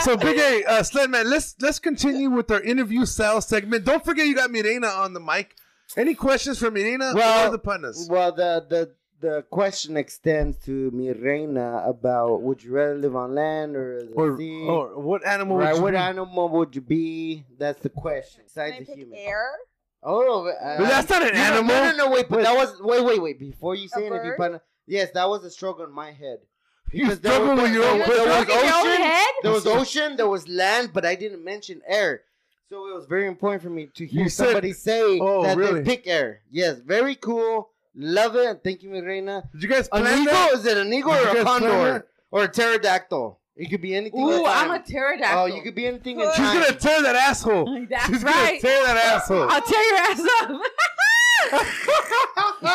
Speaker 4: so Big A, uh, Sledman, let's let's continue with our interview style segment. Don't forget you got Mirena on the mic. Any questions for Mirena
Speaker 6: Well,
Speaker 4: or the punters?
Speaker 6: Well, the the the question extends to Mirena about would you rather live on land or the
Speaker 4: Or,
Speaker 6: sea?
Speaker 4: or what animal
Speaker 6: right,
Speaker 4: would you
Speaker 6: what
Speaker 4: be?
Speaker 6: animal would you be? That's the question.
Speaker 3: Can
Speaker 6: Besides
Speaker 3: I
Speaker 6: the
Speaker 3: pick
Speaker 6: human.
Speaker 3: air?
Speaker 6: Oh, uh,
Speaker 4: But that's not an
Speaker 6: you know-
Speaker 4: animal.
Speaker 6: No, no, no, wait, but that was wait, wait, wait. Before you say it, if you
Speaker 3: bird?
Speaker 6: put, yes, that was a struggle in my head.
Speaker 4: You
Speaker 6: Because there was-
Speaker 4: struggle with your own
Speaker 6: there
Speaker 4: question.
Speaker 6: was
Speaker 2: Fucking your own
Speaker 6: ocean.
Speaker 2: head?
Speaker 6: There was ocean, there was land, but I didn't mention air. So it was very important for me to hear
Speaker 4: You said-
Speaker 6: somebody say
Speaker 4: Oh,
Speaker 6: that
Speaker 4: really?
Speaker 6: they pick air. Yes, very cool. Love it. Thank you, Mirena.
Speaker 4: Did you guys
Speaker 6: An
Speaker 4: plan
Speaker 6: eagle?
Speaker 4: that?
Speaker 6: Is it an eagle
Speaker 4: Did you
Speaker 6: or
Speaker 4: guys
Speaker 6: a
Speaker 4: plan
Speaker 6: condor?
Speaker 4: that?
Speaker 6: Or a pterodactyl? It could be anything.
Speaker 2: Ooh,
Speaker 6: in
Speaker 2: I'm a
Speaker 6: time.
Speaker 2: pterodactyl.
Speaker 6: Oh, you could be anything in
Speaker 3: She's
Speaker 4: She's
Speaker 6: time.
Speaker 4: gonna tear that asshole.
Speaker 2: That's
Speaker 4: She's gonna
Speaker 2: right.
Speaker 4: tear that asshole.
Speaker 2: I'll tear your ass up.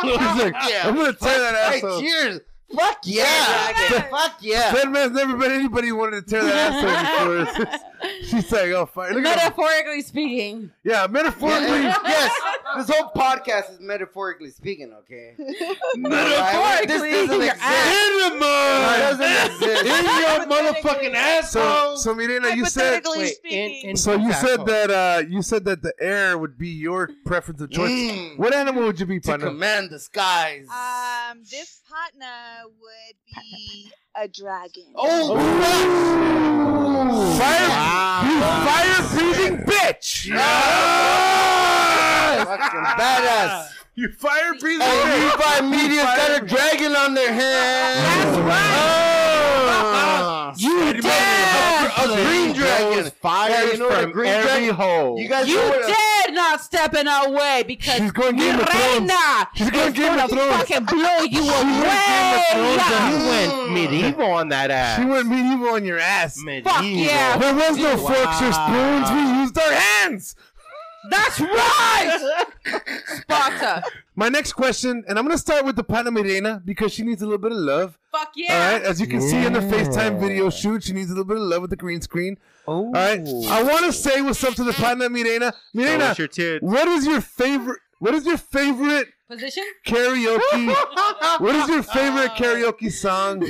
Speaker 4: He's like, I'm gonna tear that
Speaker 6: Hey,
Speaker 4: asshole.
Speaker 6: cheers. Fuck yeah.
Speaker 3: Dragon.
Speaker 6: Fuck yeah.
Speaker 4: That man's never been anybody who wanted to tear that asshole before. She's like, oh, fine. Look at him.
Speaker 2: Metaphorically speaking,
Speaker 4: Yeah, metaphorically.
Speaker 6: Yeah, yes, this whole podcast is metaphorically speaking, okay?
Speaker 2: metaphorically,
Speaker 6: This doesn't
Speaker 2: your
Speaker 6: exist.
Speaker 2: ass.
Speaker 4: Enema!
Speaker 6: It doesn't
Speaker 4: In
Speaker 6: exist.
Speaker 4: your
Speaker 3: Hypothetically.
Speaker 4: motherfucking asshole! So, so Mirena, you said.
Speaker 3: Hypothetically
Speaker 1: Wait,
Speaker 3: speaking,
Speaker 1: in- in-
Speaker 4: So you said
Speaker 1: Asshole.
Speaker 4: that uh, you said that the air would be your preference of choice.
Speaker 6: Mm.
Speaker 4: What animal would you be,
Speaker 6: to
Speaker 4: partner?
Speaker 6: command the skies.
Speaker 3: um, this partner would be a dragon.
Speaker 6: oh,
Speaker 4: Fire, you fire breathing bitch! Ah!
Speaker 6: fucking badass.
Speaker 4: You fire breathing
Speaker 6: Hey,
Speaker 4: bitch!
Speaker 6: Levi Media's got a dragon on their hand.
Speaker 4: right!
Speaker 6: You
Speaker 4: Anybody
Speaker 6: dare
Speaker 4: remember
Speaker 6: a green dragon.
Speaker 1: Fires
Speaker 6: Yeah, you know what a
Speaker 1: from
Speaker 6: green
Speaker 1: every
Speaker 6: dragon-
Speaker 1: hole.
Speaker 6: You guys
Speaker 2: You
Speaker 6: know what a-
Speaker 2: dare not step in our way
Speaker 4: She's
Speaker 2: because
Speaker 4: going Game of Thrones!
Speaker 2: Reina
Speaker 4: She's going
Speaker 2: is
Speaker 4: Game
Speaker 2: gonna
Speaker 4: of Thrones!
Speaker 2: fucking blow you
Speaker 1: You
Speaker 2: away.
Speaker 1: went medieval on that ass.
Speaker 4: She went medieval on your ass.
Speaker 1: medieval.
Speaker 2: Fuck yeah,
Speaker 4: There was no forks or
Speaker 1: Wow.
Speaker 4: spoons. We used our hands.
Speaker 2: that's right, Sparta.
Speaker 4: My next question, and I'm gonna start with the Pana Mirena because she needs a little bit of love.
Speaker 2: Fuck
Speaker 4: All
Speaker 2: yeah.
Speaker 4: right, as you can see in the
Speaker 1: Yeah.
Speaker 4: FaceTime video shoot, she needs a little bit of love with the green screen.
Speaker 1: Oh.
Speaker 4: All right, I want to say what's up to the Pana Mirena. Mirena,
Speaker 1: your tits.
Speaker 4: what is your favorite? What is your favorite
Speaker 2: Position.
Speaker 4: karaoke? what is your favorite karaoke song?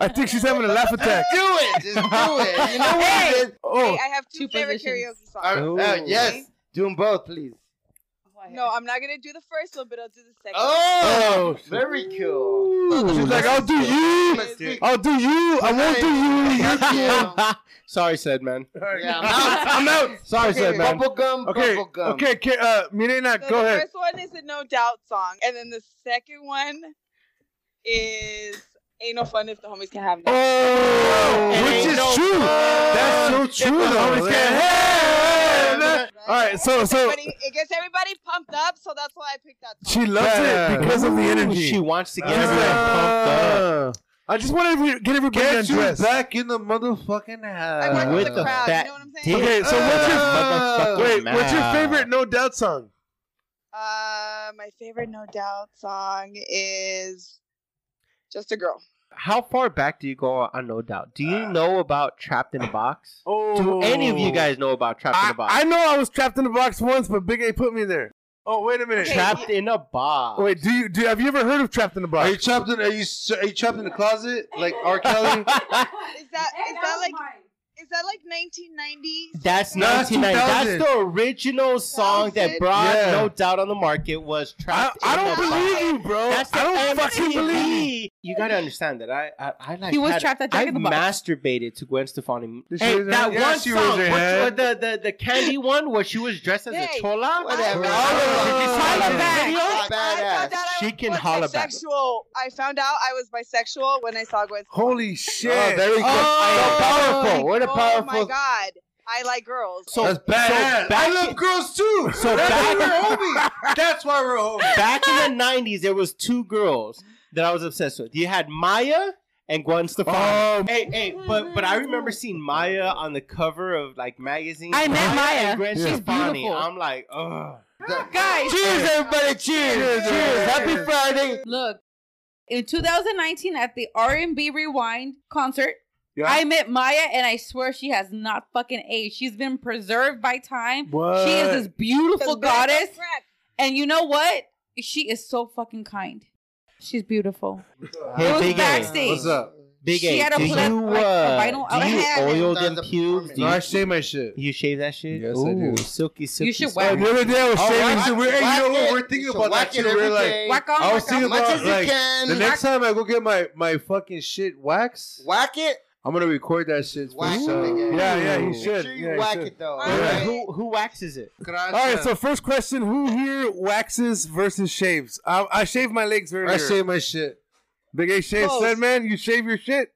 Speaker 4: I think she's having a laugh attack.
Speaker 6: Do it. Just do it. You know what it is?
Speaker 4: Oh,
Speaker 3: Hey, I have two,
Speaker 2: Two
Speaker 3: favorite
Speaker 2: positions.
Speaker 3: karaoke
Speaker 6: Uh,
Speaker 3: songs.
Speaker 1: Ooh.
Speaker 6: uh, yes. Do them both, please.
Speaker 3: No, I'm not gonna do the first one, but I'll do the second.
Speaker 6: Oh,
Speaker 4: shit.
Speaker 6: very cool.
Speaker 4: she's like, I'll do you.
Speaker 6: Let's do-
Speaker 4: I'll do you. I won't do you. You're
Speaker 1: Sorry, said man.
Speaker 6: Yeah, I'm out. I'm out.
Speaker 1: Sorry,
Speaker 6: Okay,
Speaker 1: said man.
Speaker 6: bubblegum,
Speaker 4: Okay,
Speaker 6: bubblegum.
Speaker 4: okay, K- uh, Mirena,
Speaker 3: So
Speaker 4: go
Speaker 3: the
Speaker 4: ahead.
Speaker 3: first one is a No Doubt song, and then the second one is Ain't No Fun If the Homies Can Have No.
Speaker 4: Oh,
Speaker 1: It
Speaker 4: which
Speaker 1: ain't
Speaker 4: is
Speaker 1: no
Speaker 4: true. That's so true.
Speaker 1: the
Speaker 4: though.
Speaker 1: homies
Speaker 4: Yeah.
Speaker 1: can't
Speaker 4: Yeah.
Speaker 3: Right?
Speaker 4: All right, Oh, so so
Speaker 3: Everybody- it gets everybody pumped up, so that's why I picked that song.
Speaker 4: she loves
Speaker 1: Yeah.
Speaker 4: it because of the energy.
Speaker 1: She wants
Speaker 6: Uh,
Speaker 1: to get
Speaker 4: She's
Speaker 1: everyone pumped up.
Speaker 4: like, I just want to every- get everybody
Speaker 5: Get you
Speaker 4: undressed.
Speaker 5: back in the motherfucking house.
Speaker 3: I work
Speaker 1: with
Speaker 3: with the
Speaker 1: a
Speaker 3: crowd,
Speaker 1: fat
Speaker 3: you know what I'm saying?
Speaker 1: dick.
Speaker 4: Okay, so what's your
Speaker 1: Uh,
Speaker 4: wait? What's your
Speaker 1: mouth.
Speaker 4: favorite No Doubt song?
Speaker 3: Uh, my favorite No Doubt song is Just a Girl.
Speaker 1: How far back do you go on No Doubt? Do you know about Trapped in a Box?
Speaker 4: Oh,
Speaker 1: Uh, Do any of you guys know about Trapped in
Speaker 4: I,
Speaker 1: a Box?
Speaker 4: I know I was trapped in a box once, but Big A put me there. Oh, wait a minute.
Speaker 3: Okay.
Speaker 4: Trapped.
Speaker 1: Trapped in a Box.
Speaker 4: Wait, do you do? Have you ever heard of Trapped in a
Speaker 5: Are
Speaker 4: Box?
Speaker 5: you trapped in? Are you are you trapped in the closet like R. Kelly?
Speaker 3: Is that is that like is that like 1990?
Speaker 1: That's
Speaker 5: No, that's
Speaker 1: 1990. That's
Speaker 5: 2000.
Speaker 1: the original song that brought
Speaker 4: Yeah.
Speaker 1: No Doubt on the market was
Speaker 4: I,
Speaker 1: Trapped
Speaker 4: I
Speaker 1: in a
Speaker 4: don't
Speaker 1: Box.
Speaker 4: believe you, bro.
Speaker 1: That's the
Speaker 4: I don't fucking
Speaker 1: MTV.
Speaker 4: believe. you.
Speaker 1: You gotta understand that I I, I like
Speaker 2: He was
Speaker 1: had-
Speaker 2: trapped at Jack
Speaker 1: I
Speaker 2: in the Box.
Speaker 1: masturbated to Gwen Stefani.
Speaker 4: Did she
Speaker 1: Hey,
Speaker 4: raise her
Speaker 1: that
Speaker 4: hand? Yeah,
Speaker 1: one
Speaker 4: she
Speaker 1: song,
Speaker 4: raised her
Speaker 1: what-
Speaker 4: hand.
Speaker 1: the, the the candy one where she was dressed as
Speaker 3: Hey,
Speaker 1: a chola.
Speaker 6: Whatever.
Speaker 1: Or-
Speaker 4: Oh,
Speaker 1: Or-
Speaker 4: Tyler
Speaker 2: Banks.
Speaker 1: Videos?
Speaker 3: I found out
Speaker 6: Badass.
Speaker 3: I
Speaker 1: She
Speaker 3: was
Speaker 1: can holla back.
Speaker 3: bisexual. I found out I was bisexual when I saw Gwen.
Speaker 4: Holy shit!
Speaker 6: Oh, there we go.
Speaker 4: Oh,
Speaker 6: so powerful. What a
Speaker 3: Oh
Speaker 6: powerful.
Speaker 3: my god, I like girls.
Speaker 1: So,
Speaker 5: That's
Speaker 1: so
Speaker 5: bad. I
Speaker 1: back
Speaker 5: love girls too.
Speaker 1: So
Speaker 5: that's
Speaker 1: back-
Speaker 5: why we're homies. That's why we're homies.
Speaker 1: back in the 90s there was two girls that i was obsessed with you had maya and Gwen Stefani.
Speaker 6: Um,
Speaker 4: Oh,
Speaker 1: Hey, hey, but but I remember seeing Maya on the cover of like magazines.
Speaker 2: I met Maya.
Speaker 1: and Gwen
Speaker 4: She's
Speaker 1: Stefani.
Speaker 2: beautiful.
Speaker 1: I'm like, ugh.
Speaker 2: Guys,
Speaker 6: Cheers, everybody! Cheers! Cheers! Happy Friday!
Speaker 2: look. In 2019, at the R&B Rewind concert,
Speaker 4: yeah.
Speaker 2: I met Maya, and I swear she has not fucking aged. She's been preserved by time.
Speaker 4: what?
Speaker 2: She is this beautiful goddess, and you know what? She is so fucking kind. She's beautiful.
Speaker 1: Hey,
Speaker 2: was
Speaker 1: Big A,
Speaker 2: backstage.
Speaker 5: What's up?
Speaker 1: Big
Speaker 2: She
Speaker 1: A,
Speaker 2: had a
Speaker 1: do
Speaker 2: pla-
Speaker 1: you
Speaker 2: like, a
Speaker 1: uh,
Speaker 2: vinyl
Speaker 1: do you
Speaker 2: outfit.
Speaker 1: oil
Speaker 6: That's
Speaker 1: them
Speaker 6: a
Speaker 1: pubes? Do
Speaker 6: performance.
Speaker 5: No,
Speaker 1: you,
Speaker 5: I shave my shit.
Speaker 1: you shave that shit?
Speaker 5: Yes, I
Speaker 1: Ooh,
Speaker 5: do.
Speaker 1: silky, silky.
Speaker 2: should
Speaker 1: silky.
Speaker 4: Oh,
Speaker 2: whack
Speaker 4: the other day I was
Speaker 5: Oh,
Speaker 4: shaving
Speaker 5: whack
Speaker 4: some-
Speaker 5: it. Hey, you know what?
Speaker 6: it.
Speaker 5: We're thinking
Speaker 6: So
Speaker 5: about that
Speaker 6: whack it
Speaker 5: too. We're
Speaker 6: every
Speaker 5: like-
Speaker 6: day.
Speaker 2: Whack on,
Speaker 5: I was
Speaker 2: whack on.
Speaker 5: thinking
Speaker 6: much as
Speaker 5: about
Speaker 6: you
Speaker 5: like
Speaker 6: can.
Speaker 5: the next time I go get my my fucking shit waxed,
Speaker 6: Whack it.
Speaker 5: I'm gonna record that shit. for
Speaker 6: Whack it,
Speaker 5: show.
Speaker 6: nigga.
Speaker 4: Yeah, yeah,
Speaker 5: Ooh.
Speaker 4: you
Speaker 6: Make
Speaker 4: should.
Speaker 6: sure you
Speaker 4: Oh, yeah,
Speaker 6: whack
Speaker 4: should.
Speaker 6: it though.
Speaker 3: All
Speaker 6: alright?
Speaker 1: Who who waxes it?
Speaker 5: Gracias.
Speaker 4: All right, so first question: Who here waxes versus shaves? I, I shave my legs earlier.
Speaker 5: I shave my shit.
Speaker 4: Big A shave
Speaker 3: Close.
Speaker 4: said, "Man, you shave your shit.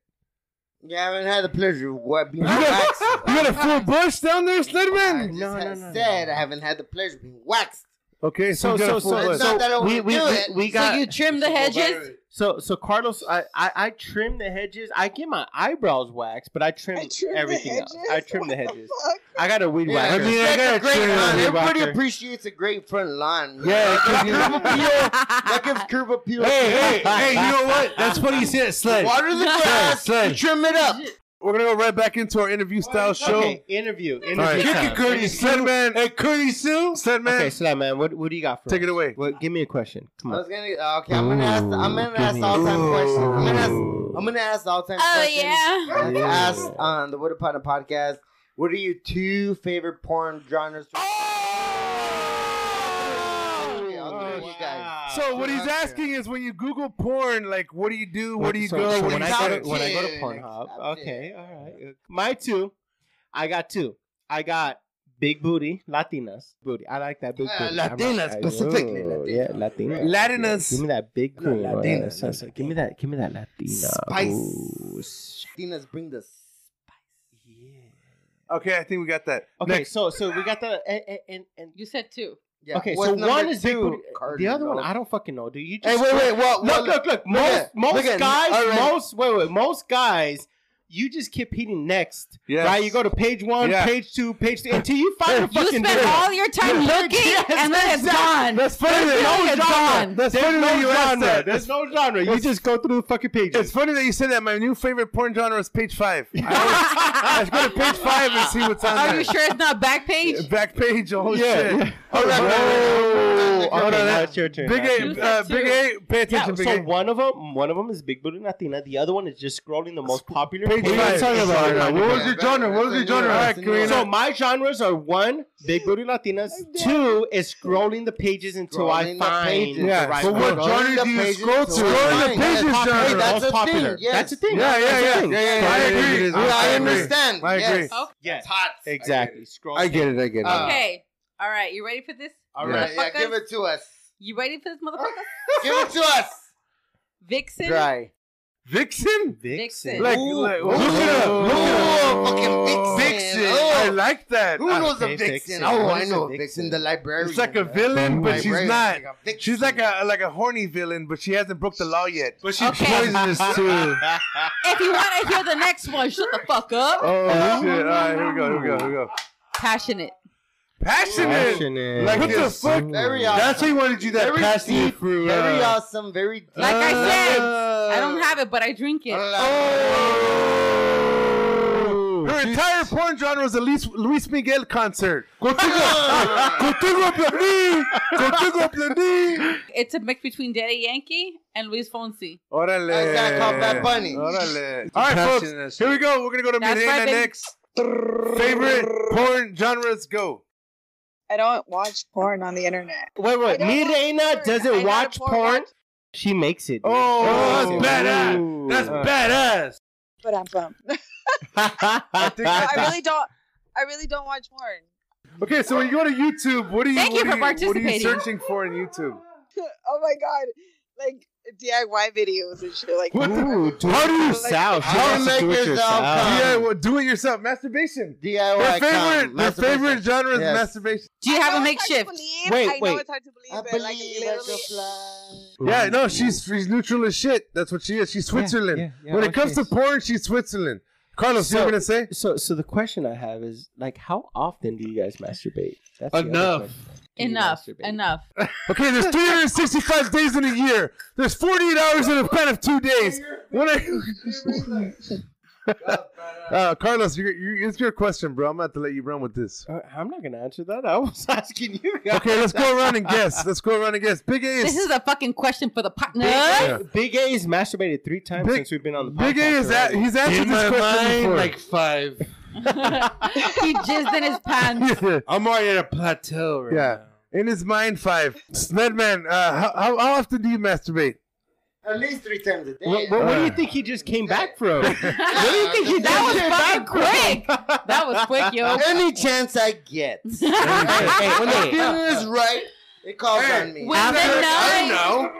Speaker 6: Yeah, I haven't had the pleasure of what being
Speaker 4: You
Speaker 6: waxed.
Speaker 4: got, you got a full bush down there,
Speaker 6: I
Speaker 4: Sledman."
Speaker 6: just
Speaker 1: No, no,
Speaker 6: had
Speaker 1: no, no.
Speaker 6: said I haven't had the pleasure of being waxed.
Speaker 4: Okay, so,
Speaker 1: So
Speaker 4: you got
Speaker 1: so
Speaker 4: a full
Speaker 1: so
Speaker 4: bush.
Speaker 6: It's not that I
Speaker 1: so
Speaker 6: don't
Speaker 1: we we
Speaker 6: do
Speaker 1: we,
Speaker 6: it.
Speaker 1: we
Speaker 2: So
Speaker 1: got
Speaker 2: you trim the hedges?
Speaker 1: So so Carlos, I, I I trim the hedges. I get my eyebrows waxed, but I trim,
Speaker 3: I trim the
Speaker 1: everything else.
Speaker 3: hedges?
Speaker 1: I trim the
Speaker 3: What the
Speaker 1: hedges.
Speaker 3: fuck?
Speaker 1: I got a weed
Speaker 6: Yeah,
Speaker 1: whacker.
Speaker 4: I mean,
Speaker 6: that's
Speaker 4: I got
Speaker 6: a
Speaker 4: a
Speaker 6: great
Speaker 4: chill.
Speaker 6: lawn. Everybody
Speaker 4: Rocker.
Speaker 6: appreciates a great front lawn.
Speaker 4: Yeah, 'cause you-
Speaker 6: that gives curb appeal.
Speaker 4: hey, hey, hey! You know what? That's funny you said, Sled.
Speaker 6: Water the grass,
Speaker 4: Sled.
Speaker 6: you trim it up.
Speaker 4: We're gonna go right back into our interview style show.
Speaker 1: Okay, interview. Interview.
Speaker 4: All right,
Speaker 1: time.
Speaker 4: Sledman, hey, Curtis Sue, Sledman,
Speaker 1: Okay, so that man, what what do you got for
Speaker 4: take
Speaker 1: us?
Speaker 4: it away.
Speaker 1: What, give me a question.
Speaker 6: I
Speaker 1: Come on.
Speaker 6: was gonna uh, okay. I'm gonna ask. I'm gonna ask all time questions. I'm gonna ask. I'm gonna ask all time
Speaker 2: Oh
Speaker 6: questions.
Speaker 2: yeah.
Speaker 6: Let's
Speaker 1: Yeah.
Speaker 6: ask on the Wood Partner podcast. What are your two favorite porn genres?
Speaker 4: Oh!
Speaker 6: Three, I'll
Speaker 4: Oh,
Speaker 6: give you guys.
Speaker 4: So what he's asking is, when you Google porn, like, what do you do? Where do you
Speaker 1: so,
Speaker 4: go?
Speaker 1: so
Speaker 4: What do
Speaker 1: when
Speaker 4: you
Speaker 1: I
Speaker 4: type?
Speaker 1: go to, when I go to
Speaker 6: Stop
Speaker 1: Pornhub.
Speaker 6: it.
Speaker 1: Okay, all right. My two, I got two. I got big booty Latinas booty. I like that big
Speaker 6: Uh,
Speaker 1: booty.
Speaker 6: Latinas,
Speaker 1: I'm
Speaker 6: specifically
Speaker 1: oh,
Speaker 6: Latinas.
Speaker 1: yeah, Latinas.
Speaker 4: Latinas.
Speaker 1: Give me that big
Speaker 6: No,
Speaker 1: cream. Oh, yeah,
Speaker 6: Latinas.
Speaker 1: that sounds like- give me that. Give me that Latina.
Speaker 6: Spice.
Speaker 1: Ooh, s-
Speaker 6: Tina's bring the
Speaker 4: Okay, I think we got that.
Speaker 1: Okay,
Speaker 4: Next.
Speaker 1: so so we got the and and, and
Speaker 2: You said two.
Speaker 6: Yeah.
Speaker 1: okay.
Speaker 6: what's
Speaker 1: so
Speaker 6: number
Speaker 1: one is big
Speaker 6: two?
Speaker 1: booty. The other one,
Speaker 6: Cardinal.
Speaker 1: I don't fucking know. Do you?
Speaker 6: Hey,
Speaker 1: Just
Speaker 6: wait, wait, what?
Speaker 1: look,
Speaker 6: what-
Speaker 1: look, look. Most
Speaker 6: at-
Speaker 1: most
Speaker 6: look at-
Speaker 1: guys,
Speaker 6: all right.
Speaker 1: most wait, wait, most guys. You just keep hitting next,
Speaker 4: Yes.
Speaker 1: right? You go to page one,
Speaker 4: Yeah.
Speaker 1: page two, page three, until you find the
Speaker 2: You
Speaker 1: fucking.
Speaker 2: spend
Speaker 1: video.
Speaker 2: all your time looking,
Speaker 1: Yes,
Speaker 2: and then it's gone.
Speaker 4: That's funny. That,
Speaker 1: no
Speaker 4: it's
Speaker 1: genre.
Speaker 4: gone. That's
Speaker 1: There's
Speaker 4: funny that you
Speaker 1: no
Speaker 4: asked
Speaker 1: genre.
Speaker 4: that.
Speaker 1: There's no genre. You just go through the fucking
Speaker 4: It's
Speaker 1: pages.
Speaker 4: funny that you said that. My new favorite porn genre is page five. I always- I go to page five and see what's on
Speaker 2: Are
Speaker 4: there.
Speaker 2: you sure it's not back page?
Speaker 4: Back page. Oh
Speaker 1: Yeah.
Speaker 4: shit.
Speaker 1: Yeah.
Speaker 4: All right,
Speaker 1: Oh,
Speaker 4: all right,
Speaker 1: okay,
Speaker 4: all
Speaker 1: now
Speaker 4: right.
Speaker 1: it's your turn. now it's your
Speaker 4: Big
Speaker 1: turn.
Speaker 4: A, uh, Big A, pay
Speaker 1: Yeah,
Speaker 4: attention, Big
Speaker 1: so
Speaker 4: A.
Speaker 1: one of them, one of them is Big Booty Latina. The other one is just scrolling the most popular
Speaker 4: Page
Speaker 1: pages.
Speaker 4: five.
Speaker 1: Sorry about
Speaker 4: Sorry,
Speaker 1: that.
Speaker 4: man. What was
Speaker 6: Yeah,
Speaker 4: your
Speaker 6: but-
Speaker 4: genre? What was your
Speaker 6: that's a new
Speaker 4: genre?
Speaker 6: one,
Speaker 4: All right,
Speaker 6: that's a new
Speaker 4: Karina.
Speaker 6: one.
Speaker 1: So my genres are one, big booty Latinas. Two is scrolling the pages until
Speaker 6: Scrolling
Speaker 1: I
Speaker 6: the
Speaker 1: find
Speaker 6: pages.
Speaker 1: the
Speaker 4: Yeah,
Speaker 1: right
Speaker 4: but
Speaker 1: one.
Speaker 4: what
Speaker 6: Scrolling
Speaker 4: genre
Speaker 6: the
Speaker 4: do you
Speaker 6: pages
Speaker 4: scroll
Speaker 6: to
Speaker 4: through? Scroll the
Speaker 6: find.
Speaker 1: That's
Speaker 4: pages
Speaker 1: popular.
Speaker 6: Hey, that's
Speaker 4: genre.
Speaker 6: a
Speaker 1: Most
Speaker 6: thing,
Speaker 1: popular.
Speaker 6: yes.
Speaker 1: That's a thing.
Speaker 4: Yeah, yeah,
Speaker 1: That's a
Speaker 4: yeah,
Speaker 1: thing.
Speaker 4: yeah, yeah, yeah.
Speaker 6: Yeah,
Speaker 4: I
Speaker 6: it
Speaker 4: agree.
Speaker 5: is.
Speaker 6: Yeah, I
Speaker 5: I agree.
Speaker 6: understand.
Speaker 4: I
Speaker 6: yes.
Speaker 4: agree.
Speaker 2: Okay.
Speaker 1: Yes,
Speaker 6: hot.
Speaker 1: exactly. Scroll.
Speaker 5: I get it. I get it.
Speaker 6: Uh,
Speaker 2: Okay. All right. You ready for this?
Speaker 6: All right, yeah,
Speaker 2: Motherfuckers.
Speaker 6: give it to us.
Speaker 2: You ready for this motherfucker?
Speaker 6: Give it to us.
Speaker 2: Vixen.
Speaker 6: Dry.
Speaker 4: Vixen?
Speaker 2: Vixen.
Speaker 4: Like,
Speaker 6: Ooh.
Speaker 4: like
Speaker 6: Ooh.
Speaker 4: look it up.
Speaker 6: Ooh,
Speaker 4: Look it up.
Speaker 6: fucking Vixen.
Speaker 4: Vixen.
Speaker 6: Oh.
Speaker 4: I like that.
Speaker 6: Who
Speaker 4: Uh,
Speaker 6: knows
Speaker 1: okay,
Speaker 6: a vixen?
Speaker 1: vixen.
Speaker 6: Oh,
Speaker 1: What
Speaker 6: I
Speaker 1: is
Speaker 6: know
Speaker 1: a
Speaker 6: a vixen.
Speaker 1: vixen?
Speaker 6: The librarian.
Speaker 4: It's like a villain, but she's
Speaker 6: Librarian.
Speaker 4: not.
Speaker 6: Like a vixen.
Speaker 4: She's like a like a horny villain, but she hasn't broke the law yet. But she's
Speaker 2: Okay.
Speaker 4: poisonous too.
Speaker 2: If you want to hear the next one, shut the fuck up.
Speaker 4: Oh shit! All right, here we go. Here we go. Here we go.
Speaker 2: Passionate.
Speaker 4: Passionate.
Speaker 1: Passionate.
Speaker 4: Like
Speaker 5: What the
Speaker 4: this.
Speaker 5: fuck?
Speaker 6: Very awesome.
Speaker 5: That's how you want to do that.
Speaker 6: Very
Speaker 5: Passionate
Speaker 6: deep,
Speaker 5: fruit.
Speaker 6: Very
Speaker 5: uh,
Speaker 6: awesome. Very deep.
Speaker 2: Like I said,
Speaker 5: uh,
Speaker 2: I don't have it, but I drink it.
Speaker 4: Oh. Her entire porn genre was a Luis, Luis Miguel concert. Contigo, contigo planí, contigo planí.
Speaker 2: It's a mix between Daddy Yankee and Luis Fonsi.
Speaker 4: Órale.
Speaker 6: That's not called Bad Bunny.
Speaker 4: Órale. All right, folks. Here we go. We're gonna go to
Speaker 2: That's my
Speaker 4: Mirena
Speaker 2: baby.
Speaker 4: next. Favorite porn genres go.
Speaker 3: I don't watch porn on the internet.
Speaker 1: Wait, wait.
Speaker 3: I don't
Speaker 1: Me
Speaker 3: watch
Speaker 1: Reina
Speaker 3: porn. I'm
Speaker 1: doesn't
Speaker 3: not a
Speaker 1: watch
Speaker 3: porn
Speaker 1: porn.
Speaker 3: watch-
Speaker 1: She makes it.
Speaker 4: Oh, Uh.
Speaker 1: Ooh.
Speaker 4: that's
Speaker 1: Ooh.
Speaker 4: badass. That's badass.
Speaker 3: But I'm bummed. I really don't. I really don't watch porn.
Speaker 4: Okay, so when you go to YouTube, what do you
Speaker 2: Thank
Speaker 4: what
Speaker 2: you
Speaker 4: do
Speaker 2: for
Speaker 4: what are you
Speaker 2: participating.
Speaker 4: searching for in YouTube?
Speaker 3: oh my god! Like DIY videos and shit like
Speaker 4: What
Speaker 3: that.
Speaker 4: the-
Speaker 5: Ooh, do
Speaker 4: How do you
Speaker 5: it
Speaker 1: South.
Speaker 5: How
Speaker 1: She wants to
Speaker 5: make
Speaker 1: do it
Speaker 5: yourself
Speaker 1: yourself.
Speaker 5: come?
Speaker 4: yeah, well, do it yourself. Masturbation.
Speaker 6: DIY.
Speaker 4: Their
Speaker 6: account,
Speaker 4: favorite, their
Speaker 6: um, masturbation.
Speaker 4: favorite genre is
Speaker 6: Yes.
Speaker 4: masturbation.
Speaker 2: Do you have
Speaker 3: I
Speaker 2: a
Speaker 3: know it's hard
Speaker 2: makeshift?
Speaker 3: to believe.
Speaker 1: Wait,
Speaker 3: I know
Speaker 1: wait.
Speaker 3: it's hard to believe,
Speaker 6: I
Speaker 3: but like
Speaker 6: believe I
Speaker 3: literally,
Speaker 6: shall fly.
Speaker 4: Yeah, no, she's she's neutral as shit. That's what she is. She's Switzerland. when it comes to porn, she's Switzerland. Carlos, you
Speaker 1: So-
Speaker 4: what I'm gonna say?
Speaker 1: so, so the question I have is like, how often do you guys masturbate? That's the other
Speaker 5: Enough.
Speaker 1: question. Do you
Speaker 2: Enough.
Speaker 1: masturbate?
Speaker 2: Enough.
Speaker 4: Okay, there's 365 days in a year. There's 48 hours in a span of two days. What are uh, Carlos, you you it's your question, bro. I'm about to let you run with this.
Speaker 1: Uh, I'm not gonna answer that. I was asking you guys.
Speaker 4: Okay, let's go around and guess. Let's go around and guess. Big
Speaker 2: This
Speaker 4: A's.
Speaker 2: is a fucking question for the partner.
Speaker 4: Yeah.
Speaker 1: Big A is masturbated three times
Speaker 4: Big-
Speaker 1: since we've been on the podcast.
Speaker 4: Big A is at,
Speaker 1: already.
Speaker 4: he's answered this question before.
Speaker 5: like five.
Speaker 2: he jizzed in his pants.
Speaker 5: I'm already at a plateau right
Speaker 4: Yeah. in his mind, five. Smedman, uh, how, how how often do you masturbate?
Speaker 6: At least three times a day.
Speaker 1: What, what, what do you think he just came back from?
Speaker 6: do you think he
Speaker 2: that was fucking quick. That was quick, yo.
Speaker 6: Any chance I get.
Speaker 1: Hey,
Speaker 6: when the
Speaker 1: hey.
Speaker 6: feeling is right, it calls
Speaker 5: Hey,
Speaker 6: on me.
Speaker 2: When the
Speaker 5: I
Speaker 2: night
Speaker 5: know.
Speaker 6: it's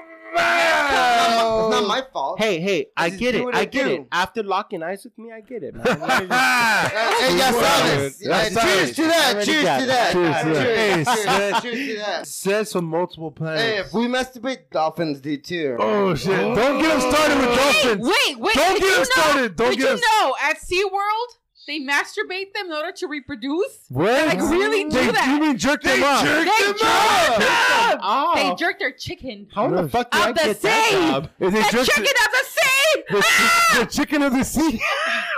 Speaker 6: not my fault.
Speaker 1: Hey, hey, I
Speaker 6: just
Speaker 1: get
Speaker 6: do
Speaker 1: it.
Speaker 6: what
Speaker 1: I
Speaker 6: I
Speaker 1: get
Speaker 6: do.
Speaker 1: it. After locking eyes with me, I get it. man.
Speaker 6: Hey, y'all saw this.
Speaker 4: Y'all saw
Speaker 6: cheers
Speaker 4: it.
Speaker 6: to that.
Speaker 1: Already
Speaker 6: Cheers
Speaker 1: got
Speaker 6: to
Speaker 1: it.
Speaker 6: that.
Speaker 4: Cheers, yeah.
Speaker 5: Hey,
Speaker 6: cheers, cheers, cheers to that.
Speaker 5: Says on multiple planets.
Speaker 6: Hey, if we masturbate, dolphins do too.
Speaker 4: Oh shit! Don't get him started with
Speaker 2: Wait,
Speaker 4: dolphins.
Speaker 2: wait, wait.
Speaker 4: Don't
Speaker 2: did
Speaker 4: get
Speaker 2: you
Speaker 4: us
Speaker 2: know-
Speaker 4: started. Don't
Speaker 2: did
Speaker 4: get
Speaker 2: you
Speaker 4: us-
Speaker 2: know at SeaWorld they masturbate them in order to reproduce?
Speaker 4: What?
Speaker 2: Like, really do
Speaker 4: They-
Speaker 2: that.
Speaker 4: You mean jerk them off?
Speaker 2: They jerk them up.
Speaker 1: oh,
Speaker 2: They jerk their chicken.
Speaker 1: how in the fuck did
Speaker 2: Out
Speaker 1: I
Speaker 2: the
Speaker 1: get that
Speaker 2: same.
Speaker 1: job?
Speaker 4: If they
Speaker 2: The
Speaker 4: jerk
Speaker 2: chicken
Speaker 4: the,
Speaker 2: of the same.
Speaker 4: the, chi- the chicken of the sea.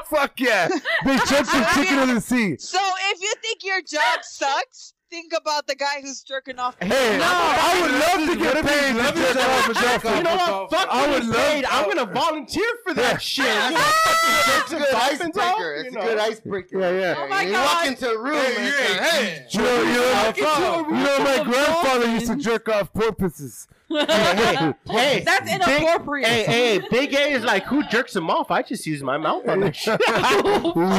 Speaker 4: Fuck yeah! They jerk the chicken of the sea.
Speaker 3: So if you think your job sucks, think about the guy who's jerking off.
Speaker 4: Hey, I would love to get paid to jerk off a dolphin.
Speaker 1: You know what? Fuck
Speaker 4: I would
Speaker 1: getting
Speaker 4: love-
Speaker 1: paid. I'm gonna volunteer for that shit. You know,
Speaker 6: It's a
Speaker 1: fucking jerk
Speaker 6: good
Speaker 1: some dolphins off,
Speaker 6: icebreaker. It's
Speaker 1: you
Speaker 6: a
Speaker 1: know.
Speaker 6: good icebreaker.
Speaker 4: Yeah, yeah.
Speaker 2: Oh my
Speaker 6: you
Speaker 2: God.
Speaker 6: walk into a room and it's like,
Speaker 5: hey,
Speaker 4: You know, you know,
Speaker 1: Fucking jerk
Speaker 4: you know, my
Speaker 1: off
Speaker 4: grandfather
Speaker 1: dolphins.
Speaker 4: used to jerk off porpoises.
Speaker 1: Hey,
Speaker 2: That's
Speaker 1: big-
Speaker 2: inappropriate.
Speaker 1: Hey, hey, Big A is like, who jerks him off? I just use my mouth on that shit.
Speaker 2: He's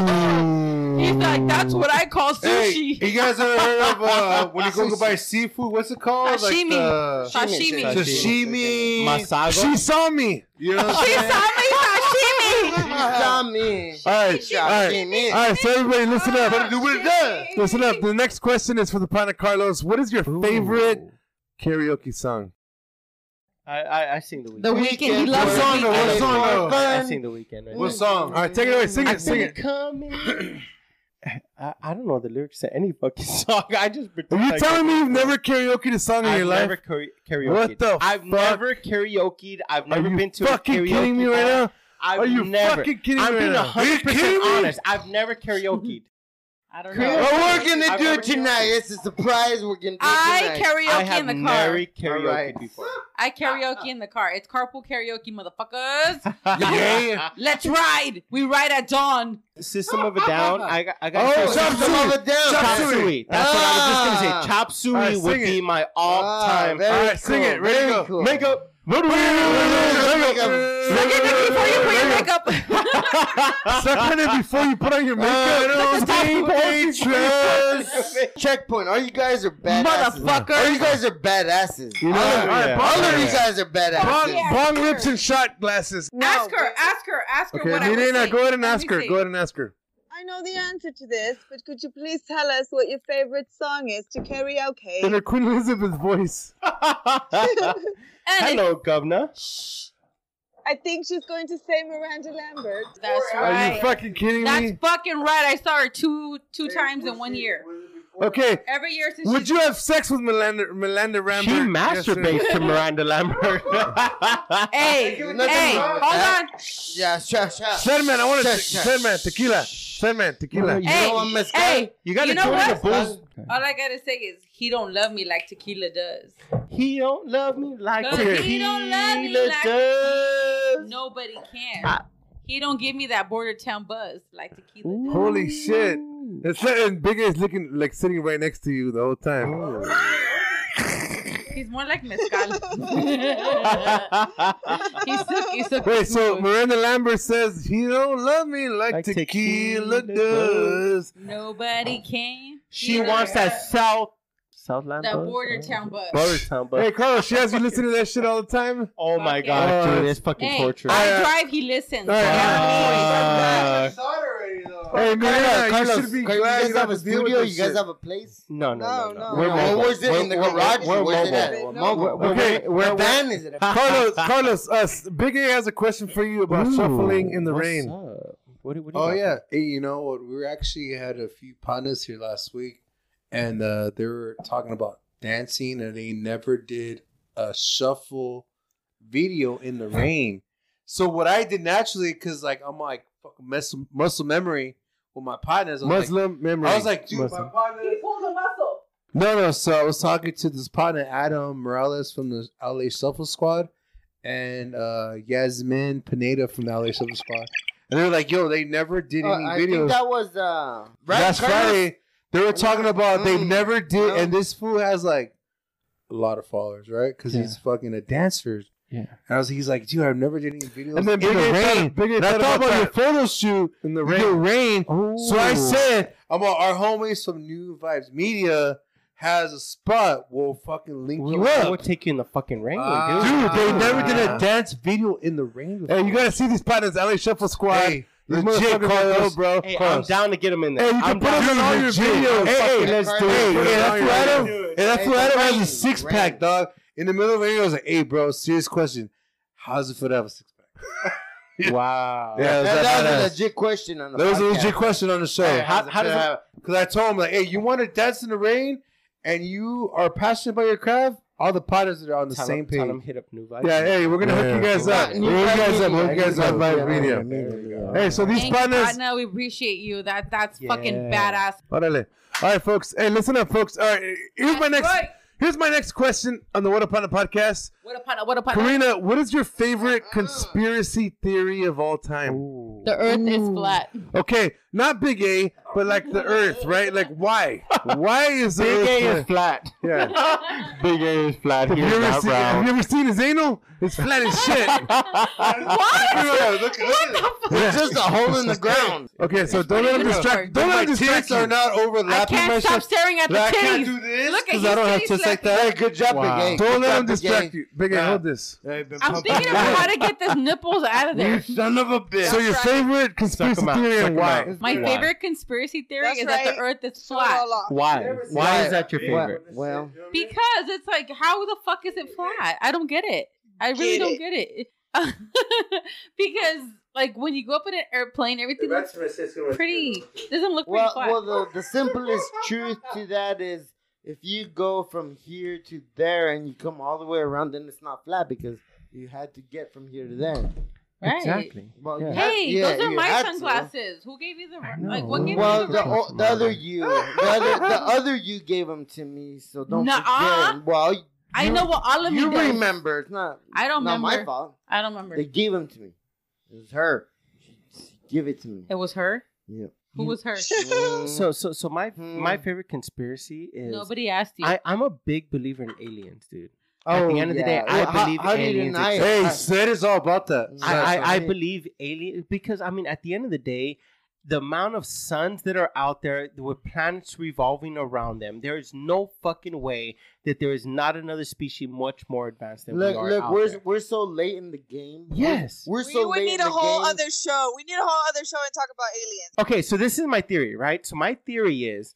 Speaker 4: He's
Speaker 2: like, that's what I call sushi.
Speaker 5: you guys ever heard of uh, when you go go buy seafood? What's it called?
Speaker 2: Sashimi.
Speaker 5: Like the
Speaker 2: Sashimi.
Speaker 1: Sashimi.
Speaker 5: sashimi.
Speaker 4: She
Speaker 1: Masago.
Speaker 4: saw me.
Speaker 5: You know what I'm
Speaker 2: She
Speaker 5: saying?
Speaker 2: saw me
Speaker 4: Ah,
Speaker 2: sashimi.
Speaker 6: You saw me.
Speaker 4: All right, all right, all
Speaker 6: Sashimi.
Speaker 4: right. So everybody, listen up.
Speaker 5: Better do what it does.
Speaker 4: Listen up. The next question is for the Pana Carlos. What is your favorite karaoke song?
Speaker 1: I, I, I seen the weekend.
Speaker 2: The weekend. He
Speaker 6: Weekend.
Speaker 2: loves the
Speaker 5: What song, though? What
Speaker 2: weekend.
Speaker 5: song, though?
Speaker 1: I seen the weekend. Right
Speaker 5: What
Speaker 1: now.
Speaker 5: song?
Speaker 4: All right, take it away. Sing it. Sing
Speaker 1: Sing
Speaker 4: it.
Speaker 1: coming. I, I don't know the lyrics to any fucking song. I just
Speaker 4: Are
Speaker 1: pretend.
Speaker 4: you
Speaker 1: I
Speaker 4: telling me
Speaker 1: know the
Speaker 4: you've
Speaker 1: lyrics.
Speaker 4: never karaoke a song in
Speaker 1: I've
Speaker 4: your
Speaker 1: never
Speaker 4: life?
Speaker 1: karaoke. karaokeed.
Speaker 4: What the
Speaker 1: I've
Speaker 4: fuck?
Speaker 1: never karaokeed. I've
Speaker 4: Are
Speaker 1: never
Speaker 4: you
Speaker 1: been to a
Speaker 4: fucking
Speaker 1: karaoke
Speaker 4: kidding me right
Speaker 1: bar.
Speaker 4: now?
Speaker 1: I've
Speaker 4: Are you
Speaker 1: never.
Speaker 4: fucking kidding
Speaker 1: I'm
Speaker 4: me right
Speaker 1: being
Speaker 4: now? Are you
Speaker 1: 100
Speaker 4: kidding
Speaker 1: percent
Speaker 4: me?
Speaker 1: honest. I've never karaokeed.
Speaker 2: I don't
Speaker 1: Clear.
Speaker 2: know.
Speaker 6: What we're gonna
Speaker 1: I've
Speaker 6: do
Speaker 1: already-
Speaker 6: tonight? It's a surprise. We're gonna do
Speaker 2: I
Speaker 6: tonight.
Speaker 1: I
Speaker 2: karaoke
Speaker 1: have
Speaker 2: in the car.
Speaker 1: never karaoke
Speaker 6: Alright.
Speaker 1: before.
Speaker 2: I karaoke in the car. It's carpool karaoke, motherfuckers.
Speaker 4: Yeah.
Speaker 2: Let's ride. We ride at dawn.
Speaker 1: System of a Down. I got. I got.
Speaker 4: Oh,
Speaker 1: karaoke.
Speaker 4: Chop
Speaker 6: Some
Speaker 4: Suey.
Speaker 6: of it down.
Speaker 4: Chop
Speaker 1: Chop
Speaker 4: Suey.
Speaker 1: Suey. That's what I was just gonna
Speaker 6: Ah.
Speaker 1: say. Chop Suey
Speaker 4: Alright,
Speaker 1: would
Speaker 4: sing it.
Speaker 1: be my all-time.
Speaker 6: very
Speaker 4: All right, sing
Speaker 6: cool,
Speaker 4: it. Ready,
Speaker 6: very
Speaker 4: go.
Speaker 6: Cool.
Speaker 1: Makeup.
Speaker 2: Suck your dick before you put on
Speaker 4: Makeup.
Speaker 2: makeup.
Speaker 4: Suck on it before you put on your
Speaker 1: Uh,
Speaker 4: makeup.
Speaker 6: Dangerous. Checkpoint. All you guys are badasses.
Speaker 4: Motherfucker.
Speaker 6: All you guys are badasses.
Speaker 4: You know, all right,
Speaker 1: Oh, Yeah.
Speaker 6: All of you
Speaker 4: bong-
Speaker 6: guys are badasses.
Speaker 4: bong- Bong lips and shot glasses.
Speaker 2: ask her. Ask her. Ask her
Speaker 4: Okay,
Speaker 2: what I would
Speaker 4: Nina,
Speaker 2: sing.
Speaker 4: go ahead and
Speaker 2: Let
Speaker 4: ask
Speaker 2: me
Speaker 4: her.
Speaker 2: see.
Speaker 4: Go ahead and ask her.
Speaker 3: I know the answer to this, but could you please tell us what your favorite song is to
Speaker 4: In
Speaker 3: karaoke?
Speaker 4: her Queen Elizabeth voice. Ah,
Speaker 2: And
Speaker 1: Hello, governor.
Speaker 3: I think she's going to say Miranda Lambert.
Speaker 2: That's
Speaker 3: Or- uh,
Speaker 4: Are
Speaker 2: Right.
Speaker 4: you fucking kidding
Speaker 2: That's
Speaker 4: me?
Speaker 2: fucking right. I saw her two two times in one year.
Speaker 4: Okay.
Speaker 2: Every year since
Speaker 4: Would
Speaker 2: she's-
Speaker 4: you have sex with Melinda, Melinda Rambert?
Speaker 1: She
Speaker 4: Yes or no?
Speaker 1: masturbates to Miranda Lambert.
Speaker 2: Hey, hey,
Speaker 6: There's
Speaker 2: hold
Speaker 6: nothing wrong with that.
Speaker 2: on.
Speaker 6: Yeah, sure, sure.
Speaker 4: Sandman, I want to.
Speaker 6: Sure, sure.
Speaker 4: Sandman, tequila. Sandman, tequila.
Speaker 6: You
Speaker 2: Hey,
Speaker 6: don't want mezcal?
Speaker 2: hey,
Speaker 1: you gotta
Speaker 2: You know
Speaker 1: join
Speaker 2: what?
Speaker 1: the bulls.
Speaker 2: all I gotta say is he don't love me like tequila does.
Speaker 1: He don't love me like
Speaker 2: Cause
Speaker 1: tequila
Speaker 2: he don't love me like-
Speaker 1: does.
Speaker 2: Nobody can.
Speaker 1: Ah.
Speaker 2: He don't give me that border town buzz like tequila does.
Speaker 4: Holy shit. It's like, and Big A's looking like sitting right next to you the whole
Speaker 1: Oh.
Speaker 4: time.
Speaker 2: He's more like mezcal. he's so, he's so
Speaker 4: Wait, so Miranda Lambert says he don't love me like,
Speaker 1: Like
Speaker 4: tequila,
Speaker 1: tequila
Speaker 4: does.
Speaker 2: nobody can.
Speaker 1: she wants that South Southland
Speaker 2: That
Speaker 1: bus?
Speaker 2: border
Speaker 1: Uh,
Speaker 2: town bus.
Speaker 1: Border town bus.
Speaker 4: Hey, Carl, she has you listen to that shit all the time.
Speaker 1: oh my
Speaker 2: fuck
Speaker 1: god,
Speaker 4: yeah.
Speaker 1: dude, it's fucking
Speaker 2: Hey,
Speaker 1: torture.
Speaker 2: I drive, he listens.
Speaker 4: All right.
Speaker 1: Uh,
Speaker 4: Hey, Mariana,
Speaker 6: Carlos,
Speaker 4: you should be
Speaker 6: Carlos,
Speaker 4: glad
Speaker 6: you guys have a
Speaker 4: to deal with
Speaker 6: studio? You
Speaker 4: this
Speaker 6: guys
Speaker 4: shit.
Speaker 6: have a place?
Speaker 1: no, no, no,
Speaker 3: No,
Speaker 1: no.
Speaker 3: no.
Speaker 1: We're
Speaker 6: Or
Speaker 1: mobile.
Speaker 6: was it
Speaker 1: We're-
Speaker 6: in the
Speaker 1: we're-
Speaker 6: garage?
Speaker 1: We're
Speaker 6: was it at?
Speaker 1: mobile.
Speaker 3: We're-
Speaker 6: Mobile.
Speaker 1: we're-
Speaker 4: Okay.
Speaker 6: Where van is it? at?
Speaker 4: Carlos, Carlos, us. Big A has a question for you about
Speaker 1: Ooh,
Speaker 4: shuffling in the
Speaker 1: what's
Speaker 4: rain.
Speaker 1: up? What, do- what do you
Speaker 5: Oh
Speaker 1: got?
Speaker 5: yeah, Hey, you know what? We actually had a few panas here last week, and uh, they were talking about dancing, and they never did a shuffle video in the rain. So what I did naturally, because like I'm like fucking muscle, muscle memory with my partners. I was like,
Speaker 4: Muslim memory.
Speaker 5: I was like, dude, my
Speaker 1: Muslim.
Speaker 5: partner.
Speaker 2: pulled a muscle.
Speaker 5: No, no. So I was talking to this partner, Adam Morales from the LA Shuffle Squad, and uh, Yasmin Pineda from the LA Shuffle Squad, and they were like, "Yo, they never did
Speaker 6: Uh,
Speaker 5: any
Speaker 6: I
Speaker 5: videos."
Speaker 6: think that was uh,
Speaker 5: That's right. They were talking about they
Speaker 6: Mm.
Speaker 5: never did,
Speaker 6: No.
Speaker 5: and this fool has like a lot of followers, right? Because
Speaker 1: Yeah.
Speaker 5: he's fucking a dancer.
Speaker 1: Yeah.
Speaker 5: And I was, he's like, dude, I've never did any videos.
Speaker 4: and then Big
Speaker 5: in the
Speaker 4: A thought-
Speaker 5: rain.
Speaker 4: Big A
Speaker 5: And I thought about your
Speaker 4: that
Speaker 5: photo shoot,
Speaker 4: in the
Speaker 5: your
Speaker 4: rain.
Speaker 5: rain. So I
Speaker 1: Ooh.
Speaker 5: said, I'm all, our homies from New Vibes Media has a spot. We'll fucking link
Speaker 1: We'll,
Speaker 5: you up.
Speaker 1: we'll take you in the fucking rain,
Speaker 5: Ah.
Speaker 1: dude.
Speaker 4: Dude, they
Speaker 5: Dude, they never
Speaker 4: never
Speaker 5: did a
Speaker 4: did
Speaker 5: dance video in the rain.
Speaker 4: a. Hey, you gotta see these partners, LA Shuffle Squad.
Speaker 5: Hey,
Speaker 4: These
Speaker 5: legit,
Speaker 4: motherfuckers are dope,
Speaker 5: Carlos.
Speaker 4: bro.
Speaker 1: Hey, I'm
Speaker 4: Carlos.
Speaker 1: down to get him in there.
Speaker 4: Hey, you can
Speaker 1: I'm
Speaker 4: put
Speaker 1: down.
Speaker 4: them in all your
Speaker 5: Legit.
Speaker 4: videos.
Speaker 5: Hey,
Speaker 4: Hey,
Speaker 5: hey,
Speaker 4: let's do
Speaker 6: Hey,
Speaker 4: it.
Speaker 5: Hey,
Speaker 4: Put it on
Speaker 5: that's
Speaker 4: your
Speaker 5: what Adam,
Speaker 4: videos.
Speaker 5: and that's
Speaker 6: Hey,
Speaker 5: what Adam
Speaker 6: rain,
Speaker 5: has a six
Speaker 6: rain.
Speaker 5: pack, dog. In the middle of the video, I was like, "Hey, bro, serious question. How's it for to have a six pack?"
Speaker 1: Wow.
Speaker 5: Yeah, it was
Speaker 6: that,
Speaker 5: that
Speaker 6: that was
Speaker 5: badass.
Speaker 6: a legit question on the
Speaker 5: That was a
Speaker 6: podcast.
Speaker 5: legit question on the show.
Speaker 1: Hey, how- how does it-
Speaker 5: Because I told him like, "Hey, you want to dance in the rain, and you are passionate about your craft. All the partners are on the
Speaker 1: Tell
Speaker 5: same
Speaker 1: him, tell him
Speaker 5: page."
Speaker 1: hit up new vibes.
Speaker 4: Yeah, hey, we're gonna hook
Speaker 5: Yeah.
Speaker 4: you guys
Speaker 6: Yeah,
Speaker 4: up.
Speaker 6: New
Speaker 4: We'll hook you
Speaker 6: Vibe
Speaker 4: guys up. We'll hook you
Speaker 6: Media.
Speaker 4: guys up by video.
Speaker 6: Yeah.
Speaker 4: Hey, so these
Speaker 2: Thank you,
Speaker 4: partners.
Speaker 2: partner. We appreciate you. That that's fucking
Speaker 1: Yeah.
Speaker 2: badass.
Speaker 4: Órale. All right, folks. Hey, listen up, folks. All right, here's my
Speaker 2: That's
Speaker 4: next.
Speaker 2: right.
Speaker 4: Here's my next question on the What Upon a Podcast.
Speaker 2: What a partner. What a partner.
Speaker 4: Karina, what is your favorite conspiracy theory of all time?
Speaker 1: Ooh.
Speaker 2: The Earth is flat.
Speaker 4: Okay, not Big A, but like the Earth, right? Like why? Why is the
Speaker 1: Big
Speaker 4: Earth?
Speaker 1: A is flat.
Speaker 4: yeah.
Speaker 1: Big A is flat.
Speaker 4: Have
Speaker 1: He
Speaker 4: you,
Speaker 1: is
Speaker 4: ever
Speaker 1: not
Speaker 4: seen, have
Speaker 1: round.
Speaker 4: you ever seen his anal? It's flat as shit.
Speaker 5: Look, look, look.
Speaker 6: It's just a hole in the ground.
Speaker 4: Okay, so don't let him distract. Don't
Speaker 5: My
Speaker 4: let him distract
Speaker 5: tits are
Speaker 4: you.
Speaker 5: not
Speaker 2: I
Speaker 5: overlapping
Speaker 2: can't stop
Speaker 5: myself.
Speaker 2: staring at the
Speaker 5: Like, I can't
Speaker 2: titties.
Speaker 5: do this.
Speaker 2: Look at his
Speaker 5: 'cause I don't have
Speaker 2: titties
Speaker 5: tits like
Speaker 2: flapping.
Speaker 5: that.
Speaker 6: Hey, good job,
Speaker 1: Wow.
Speaker 6: Big A.
Speaker 4: Don't
Speaker 6: Good
Speaker 4: let
Speaker 6: job,
Speaker 4: him
Speaker 6: Big
Speaker 4: distract
Speaker 6: A.
Speaker 4: you. Big A,
Speaker 5: Nah.
Speaker 4: hold this.
Speaker 2: I'm thinking of how to get those nipples out of there.
Speaker 6: Son of a bitch.
Speaker 4: So your
Speaker 2: right.
Speaker 4: favorite conspiracy
Speaker 1: him out.
Speaker 4: theory
Speaker 1: Suck
Speaker 4: and
Speaker 1: him
Speaker 4: why?
Speaker 1: out.
Speaker 2: My
Speaker 1: Why?
Speaker 2: favorite conspiracy theory
Speaker 3: That's
Speaker 2: is that the
Speaker 3: right.
Speaker 2: Earth is flat.
Speaker 1: Why? Why is that your favorite?
Speaker 6: What? Well,
Speaker 2: Because it's like, how the fuck is it flat? I don't get it. I really
Speaker 3: Get
Speaker 2: don't
Speaker 3: it.
Speaker 2: get it. because like when you go up in an airplane, everything looks pretty doesn't look pretty
Speaker 6: well,
Speaker 2: flat.
Speaker 6: well the, the simplest truth to that is if you go from here to there and you come all the way around, then it's not flat because you had to get from here to there.
Speaker 2: right.
Speaker 1: Exactly.
Speaker 6: Well,
Speaker 1: Yeah.
Speaker 6: you had-
Speaker 2: Hey,
Speaker 6: yeah,
Speaker 2: those are
Speaker 6: you
Speaker 2: my
Speaker 6: had to.
Speaker 2: sunglasses. Who gave you the like?
Speaker 1: know.
Speaker 2: What gave
Speaker 6: Well,
Speaker 2: you the
Speaker 6: the, o- the other you, the other, the other you gave them to me, so don't
Speaker 2: Nuh-uh.
Speaker 6: forget. Well, you,
Speaker 2: I know what all of
Speaker 6: you
Speaker 2: does.
Speaker 6: remember. It's not.
Speaker 2: I don't
Speaker 6: not
Speaker 2: remember.
Speaker 6: my fault.
Speaker 2: I don't remember.
Speaker 6: They gave them to me. It was her. She, she give it to me.
Speaker 2: It was her.
Speaker 6: Yeah.
Speaker 2: Who was her?
Speaker 1: So, so, so my
Speaker 6: Hmm.
Speaker 1: my favorite conspiracy is
Speaker 2: Nobody asked you.
Speaker 1: I, I'm a big believer in aliens, dude. At the end of the day, I
Speaker 6: Oh, Well, how-
Speaker 1: believe
Speaker 6: how do you
Speaker 1: aliens
Speaker 6: deny it?
Speaker 1: exist.
Speaker 5: Hey, said is all about that.
Speaker 1: I, I, I
Speaker 6: Right.
Speaker 1: believe alien because I mean at the end of the day, the amount of suns that are out there with planets revolving around them, there is no fucking way that there is not another species much more advanced than
Speaker 6: Look,
Speaker 1: we are.
Speaker 6: look,
Speaker 1: out
Speaker 6: we're
Speaker 1: there.
Speaker 6: we're so late in the game.
Speaker 1: yes.
Speaker 6: we're, we're
Speaker 3: we
Speaker 6: so
Speaker 3: would
Speaker 6: late
Speaker 3: need
Speaker 6: in
Speaker 3: a
Speaker 6: the
Speaker 3: whole
Speaker 6: game.
Speaker 3: other show. We need a whole other show and talk about aliens.
Speaker 1: Okay, so this is my theory, right? So my theory is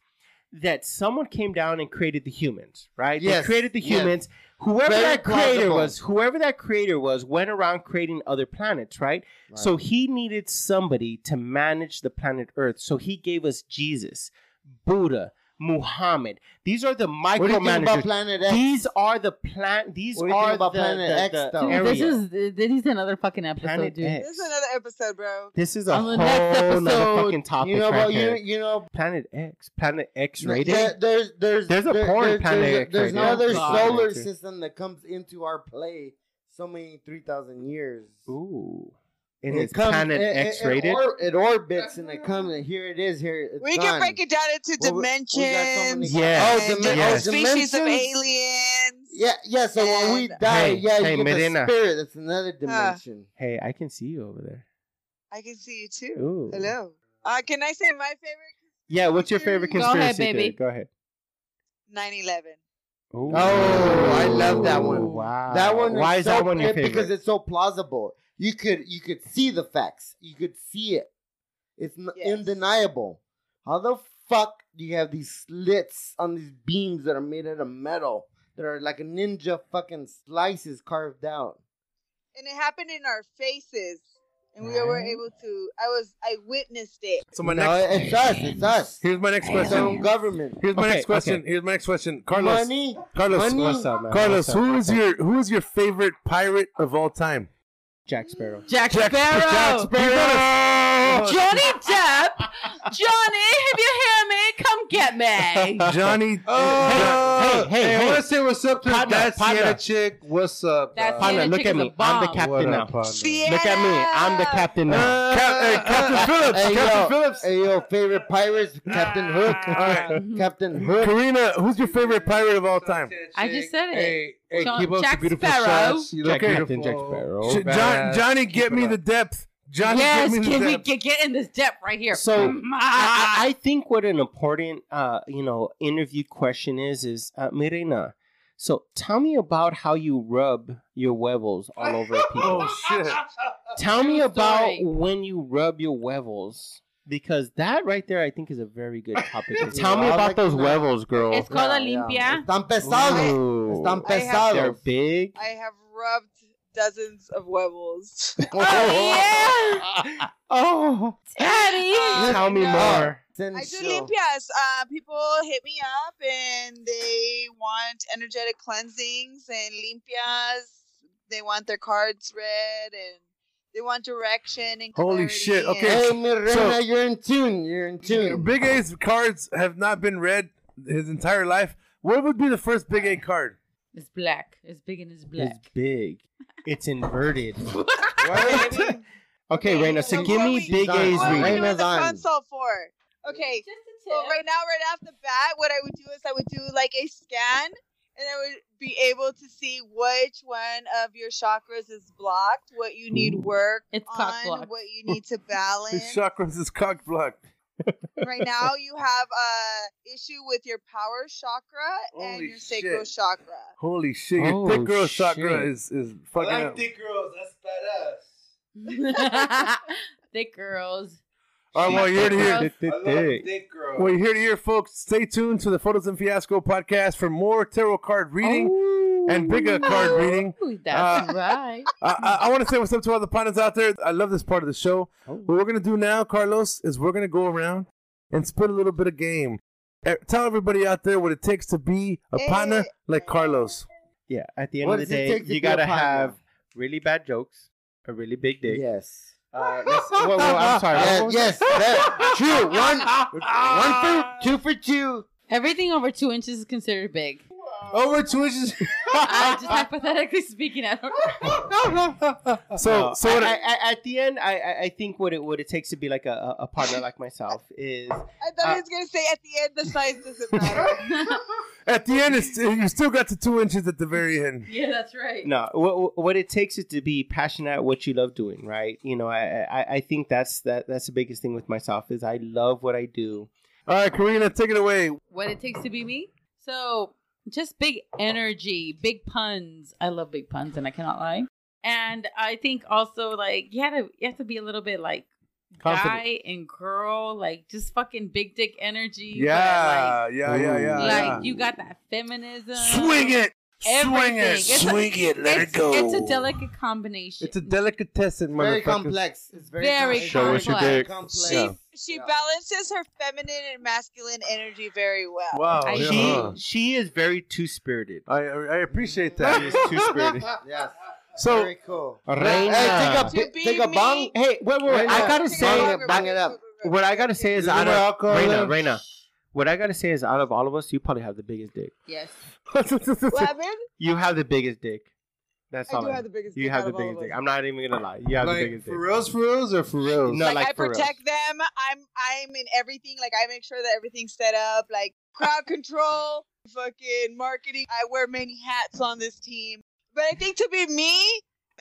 Speaker 1: that someone came down and created the humans, right?
Speaker 6: Yes,
Speaker 1: They created the
Speaker 6: yes.
Speaker 1: humans. Whoever
Speaker 6: Very
Speaker 1: that creator
Speaker 6: plausible.
Speaker 1: was, whoever that creator was, went around creating other planets, right? So he needed somebody to manage the planet Earth. So he gave us Jesus, Buddha, Muhammad. These are the
Speaker 6: what do you think about
Speaker 1: micromanagers.
Speaker 6: Planet X?
Speaker 1: These are the plant. These
Speaker 6: What do you think
Speaker 1: are
Speaker 6: about
Speaker 1: the,
Speaker 6: Planet
Speaker 1: the-
Speaker 6: X,
Speaker 1: the
Speaker 6: though?
Speaker 1: area.
Speaker 2: This is this is another fucking episode,
Speaker 1: Planet
Speaker 2: dude.
Speaker 1: X.
Speaker 3: This is another episode, bro.
Speaker 1: This is a
Speaker 2: On the
Speaker 1: whole
Speaker 2: next
Speaker 1: other
Speaker 2: episode,
Speaker 1: fucking topic.
Speaker 6: you know
Speaker 1: right
Speaker 6: about
Speaker 1: there.
Speaker 6: you, you know.
Speaker 1: Planet X, Planet X rated.
Speaker 6: There, there's there's
Speaker 1: There's a porn
Speaker 6: there's,
Speaker 1: Planet
Speaker 6: there's,
Speaker 1: X
Speaker 6: there's
Speaker 1: right Oh,
Speaker 6: no
Speaker 1: now.
Speaker 6: other
Speaker 2: God.
Speaker 6: solar system that comes into our play so many three thousand years.
Speaker 1: Ooh. And it's
Speaker 6: comes-
Speaker 1: Planet
Speaker 6: it- it-
Speaker 1: X rated.
Speaker 6: It, or, it orbits and it comes and here it is. Here it's
Speaker 3: We
Speaker 6: gone.
Speaker 3: can break it down into
Speaker 6: Well, we- we got so many-
Speaker 3: dimensions.
Speaker 1: Yes.
Speaker 3: and
Speaker 6: Oh, dimen-
Speaker 1: Yes.
Speaker 6: oh,
Speaker 3: Species of
Speaker 6: dimensions?
Speaker 3: aliens.
Speaker 6: Yeah, yeah. So when we
Speaker 3: And-
Speaker 6: die,
Speaker 1: Hey,
Speaker 6: yeah,
Speaker 1: hey,
Speaker 6: you get
Speaker 1: Medina.
Speaker 6: the spirit. That's another dimension.
Speaker 1: hey, I can see you over there.
Speaker 3: I can see you too.
Speaker 1: Ooh.
Speaker 3: Hello. Uh, can I say my favorite?
Speaker 1: Yeah, what's your favorite
Speaker 2: Go
Speaker 1: conspiracy
Speaker 2: ahead, baby.
Speaker 1: theory? Go ahead.
Speaker 3: 9/11.
Speaker 1: Ooh.
Speaker 6: Oh, I love that one.
Speaker 1: Wow.
Speaker 6: That one.
Speaker 1: Why is
Speaker 6: so
Speaker 1: that one your
Speaker 6: good
Speaker 1: favorite?
Speaker 6: Because it's so plausible. You could you could see the facts. You could see it. It's n-
Speaker 3: Yes.
Speaker 6: undeniable. How the fuck do you have these slits on these beams that are made out of metal that are like a ninja fucking slices carved out?
Speaker 3: And it happened in our faces. And we were
Speaker 1: Right.
Speaker 3: able to. I was. I witnessed it.
Speaker 4: So my
Speaker 6: no,
Speaker 4: next
Speaker 6: it's us. It's us.
Speaker 4: here's my next
Speaker 6: It's our own
Speaker 4: question.
Speaker 6: government.
Speaker 4: Here's my
Speaker 1: Okay,
Speaker 4: next question.
Speaker 1: okay.
Speaker 4: Here's my next question. Carlos,
Speaker 6: Money.
Speaker 4: Carlos,
Speaker 6: money.
Speaker 1: What's up, man?
Speaker 4: Carlos,
Speaker 1: What's up?
Speaker 4: who is your who is your favorite pirate of all time?
Speaker 1: Jack Sparrow?
Speaker 2: Jack,
Speaker 4: Jack-
Speaker 2: Sparrow.
Speaker 4: Jack Sparrow.
Speaker 2: Johnny Depp. Johnny, if you hear me, come get me.
Speaker 4: Johnny.
Speaker 5: Oh,
Speaker 1: hey, hey, hey.
Speaker 5: I want to say what's up to
Speaker 1: Partner,
Speaker 5: that
Speaker 1: partner.
Speaker 5: Sienna chick. What's up?
Speaker 2: That's
Speaker 5: uh,
Speaker 1: Partner,
Speaker 2: Sienna
Speaker 1: look
Speaker 2: Chick
Speaker 1: at
Speaker 2: is a
Speaker 1: me. I'm the
Speaker 2: bomb.
Speaker 5: what
Speaker 1: captain
Speaker 5: up,
Speaker 1: now.
Speaker 5: partner?
Speaker 1: Look at me. I'm the captain
Speaker 6: Uh,
Speaker 1: now.
Speaker 4: Cap- hey, Captain Phillips.
Speaker 6: Hey,
Speaker 4: Captain
Speaker 6: yo.
Speaker 4: Phillips.
Speaker 6: Hey, yo, favorite pirates, Captain Hook.
Speaker 3: Mm-hmm.
Speaker 4: Alright.
Speaker 6: Captain Hook.
Speaker 4: Karina, who's your favorite pirate of all time?
Speaker 2: I just said it.
Speaker 5: Hey, hey
Speaker 2: John-
Speaker 5: keep up
Speaker 2: Jack
Speaker 5: the beautiful
Speaker 2: Sparrow.
Speaker 5: shots. You
Speaker 1: Jack
Speaker 5: look
Speaker 1: Captain Jack
Speaker 5: beautiful.
Speaker 1: Sparrow.
Speaker 4: Sh- John,
Speaker 5: badass.
Speaker 4: Johnny, get
Speaker 5: Oh, Keep
Speaker 4: me
Speaker 5: it
Speaker 4: the
Speaker 5: up.
Speaker 4: depth. Johnny,
Speaker 2: yes,
Speaker 4: get me the
Speaker 2: can we
Speaker 4: depth.
Speaker 2: get, get in this depth right here?
Speaker 1: So,
Speaker 2: Mm,
Speaker 1: I,
Speaker 2: ah,
Speaker 1: I I think what an important uh, you know interview question is is uh, Mirena. So tell me about how you rub your huevos all over people.
Speaker 4: Oh shit!
Speaker 1: tell me
Speaker 2: True
Speaker 1: about
Speaker 2: story.
Speaker 1: when you rub your huevos because that right there I think is a very good topic.
Speaker 6: Yeah,
Speaker 1: tell me
Speaker 6: I
Speaker 1: about
Speaker 6: like
Speaker 1: those
Speaker 6: that.
Speaker 1: huevos, girl.
Speaker 2: It's called a limpia.
Speaker 6: Están pesados.
Speaker 1: Ooh.
Speaker 6: Están
Speaker 3: I have-
Speaker 1: They're
Speaker 6: pesados.
Speaker 1: big.
Speaker 3: I have rubbed dozens of huevos.
Speaker 2: Oh, yeah,
Speaker 1: Oh,
Speaker 4: uh,
Speaker 2: Daddy.
Speaker 1: tell me
Speaker 3: No.
Speaker 1: more.
Speaker 3: I do
Speaker 6: Sensual.
Speaker 3: Olympias. Uh, people hit me up and they want energetic cleansings and Limpias. They want their cards read and they want direction and
Speaker 4: Holy shit,
Speaker 3: clarity
Speaker 4: okay.
Speaker 3: and-
Speaker 6: Hey, Mirena,
Speaker 4: So-
Speaker 6: you're in tune. You're in tune.
Speaker 4: Big A's cards have not been read his entire life. What would be the first Big A card?
Speaker 2: It's black. It's big and it's black.
Speaker 1: It's big. It's inverted.
Speaker 3: I mean,
Speaker 1: Okay,
Speaker 3: Okay,
Speaker 1: Raina, so
Speaker 3: so
Speaker 1: give
Speaker 3: what
Speaker 1: me
Speaker 3: we-
Speaker 1: Big
Speaker 6: Design.
Speaker 1: A's
Speaker 3: what are we
Speaker 6: Raina's
Speaker 1: reading.
Speaker 3: doing the
Speaker 6: on.
Speaker 3: consult for? Okay,
Speaker 2: Just a
Speaker 3: so right now, right off the bat, what I would do is I would do like a scan and I would be able to see which one of your chakras is blocked, what you need work
Speaker 2: It's cock
Speaker 3: on,
Speaker 2: blocked.
Speaker 3: what you need to
Speaker 4: His
Speaker 3: balance.
Speaker 4: chakras is cock blocked.
Speaker 3: right now you have a issue with your power chakra and
Speaker 4: Holy
Speaker 3: your sacral
Speaker 4: shit.
Speaker 3: chakra.
Speaker 4: Holy shit! Your
Speaker 1: Oh,
Speaker 4: thick girl chakra
Speaker 1: shit.
Speaker 4: is is fucking up.
Speaker 5: girls. That's badass.
Speaker 2: Thick girls.
Speaker 4: All right, well, you're here to hear.
Speaker 1: Thick, thick, thick.
Speaker 5: thick girls.
Speaker 4: Well, you're here to hear, folks. Stay tuned to the Photos and Fiasco podcast for more tarot card reading
Speaker 1: Oh.
Speaker 4: and bigger card reading. Uh,
Speaker 2: Ooh, that's right.
Speaker 4: I, I, I want to say what's up to all the partners out there. I love this part of the show. What we're gonna do now, Carlos, is we're gonna go around and split a little bit of game. Eh, Tell everybody out there what it takes to be a partner like Carlos.
Speaker 1: Yeah, at the end
Speaker 6: What
Speaker 1: of the
Speaker 6: does it
Speaker 1: day,
Speaker 6: take to
Speaker 1: you
Speaker 6: be a
Speaker 1: gotta
Speaker 6: partner?
Speaker 1: have really bad jokes, a really big dick.
Speaker 6: Yes.
Speaker 1: Uh, let's- whoa, whoa, I'm sorry. what
Speaker 6: Yes. yes
Speaker 1: was
Speaker 6: that, true. One, one for two for two.
Speaker 2: Everything over two inches is considered big.
Speaker 5: Over two inches.
Speaker 2: I just hypothetically speaking, I don't
Speaker 4: So,
Speaker 1: No,
Speaker 4: so
Speaker 1: Uh, I-
Speaker 4: what?
Speaker 1: I, I, at the end, I, I, I think what it what it takes to be like a, a- a partner like myself is
Speaker 3: I thought
Speaker 1: Uh,
Speaker 3: he was gonna say at the end the size doesn't matter.
Speaker 4: at the end, it's, you still got the two inches at the very end.
Speaker 2: yeah, that's right.
Speaker 1: no what what it takes is to be passionate at what you love doing right you know I, I I think that's that that's the biggest thing with myself is I love what I do
Speaker 4: All right, Karina, take it away.
Speaker 2: What it takes to be me. So just big energy, big puns. I love big puns, and I cannot lie. And I think also like you had to you have to be a little bit like
Speaker 4: Confident.
Speaker 2: guy and girl, like just fucking big dick energy. but,
Speaker 4: Yeah, yeah, yeah,
Speaker 1: Ooh.
Speaker 4: yeah.
Speaker 2: like,
Speaker 4: yeah.
Speaker 2: like you got that feminism.
Speaker 4: Swing it. Swing
Speaker 2: Everything.
Speaker 4: it.
Speaker 2: It's a-
Speaker 4: Swing it. Let
Speaker 2: it's,
Speaker 4: it go.
Speaker 2: It's a delicate combination.
Speaker 4: It's a delicatessen,
Speaker 6: Very
Speaker 4: motherfucker.
Speaker 6: complex. It's very,
Speaker 2: Very
Speaker 6: complex.
Speaker 2: Show us your complex. dick.
Speaker 6: Complex.
Speaker 3: She
Speaker 4: Yeah.
Speaker 3: she
Speaker 6: Yeah.
Speaker 3: balances her feminine and masculine energy very well.
Speaker 4: Wow.
Speaker 2: I-
Speaker 4: yeah.
Speaker 1: she she is very two spirited
Speaker 4: I, I appreciate
Speaker 1: she is
Speaker 4: that.
Speaker 1: two spirited
Speaker 6: Yes.
Speaker 4: so,
Speaker 6: very cool.
Speaker 1: Reina.
Speaker 6: Hey,
Speaker 3: To
Speaker 6: take a,
Speaker 3: be
Speaker 6: take a
Speaker 3: me-
Speaker 6: bong.
Speaker 1: Hey, wait, wait,
Speaker 6: Raina,
Speaker 1: wait. I gotta
Speaker 6: bang
Speaker 1: say,
Speaker 6: it up, bang it up.
Speaker 1: what I gotta say is,
Speaker 6: Remember
Speaker 1: out of
Speaker 6: alcohol,
Speaker 1: Raina,
Speaker 6: love?
Speaker 1: Raina, what I gotta say is, out of all of us, you probably have the biggest dick.
Speaker 2: yes.
Speaker 3: What happened?
Speaker 1: You have the biggest dick. That's
Speaker 3: I
Speaker 1: all.
Speaker 3: do
Speaker 1: I
Speaker 3: have the biggest.
Speaker 1: you
Speaker 3: dick
Speaker 1: have
Speaker 3: out
Speaker 1: the
Speaker 3: of all
Speaker 1: biggest
Speaker 3: of
Speaker 1: dick.
Speaker 3: us.
Speaker 1: I'm not even gonna lie. You have the
Speaker 5: like
Speaker 1: biggest dick.
Speaker 5: for reals, for reals, or for reals?
Speaker 1: No,
Speaker 3: like,
Speaker 1: like
Speaker 3: I
Speaker 1: for reals.
Speaker 3: protect them. I'm I'm in everything. Like I make sure that everything's set up. Like crowd control, fucking marketing. I wear many hats on this team. But I think to be me,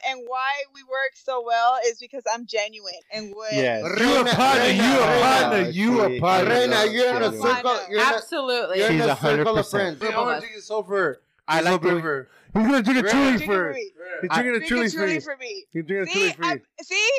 Speaker 3: and why we work so well is because I'm genuine and what
Speaker 1: Yes.
Speaker 4: You a partner. You a partner. You a partner.
Speaker 6: Reina, you're in a
Speaker 5: Reina.
Speaker 6: circle. You're in a,
Speaker 2: Absolutely.
Speaker 6: you're in
Speaker 1: She's
Speaker 6: a circle of
Speaker 1: 100%.
Speaker 6: friends.
Speaker 5: I want to drink this over.
Speaker 1: I like the
Speaker 5: over.
Speaker 4: He's gonna drink a
Speaker 5: Reina.
Speaker 4: truly
Speaker 3: Drink it for
Speaker 4: for.
Speaker 3: me.
Speaker 4: He's
Speaker 1: I-
Speaker 4: drinking a
Speaker 3: Drink
Speaker 4: truly
Speaker 3: it
Speaker 4: for.
Speaker 3: truly
Speaker 4: He's
Speaker 3: for me.
Speaker 4: drinking a truly
Speaker 3: See,
Speaker 4: for.
Speaker 3: I, see,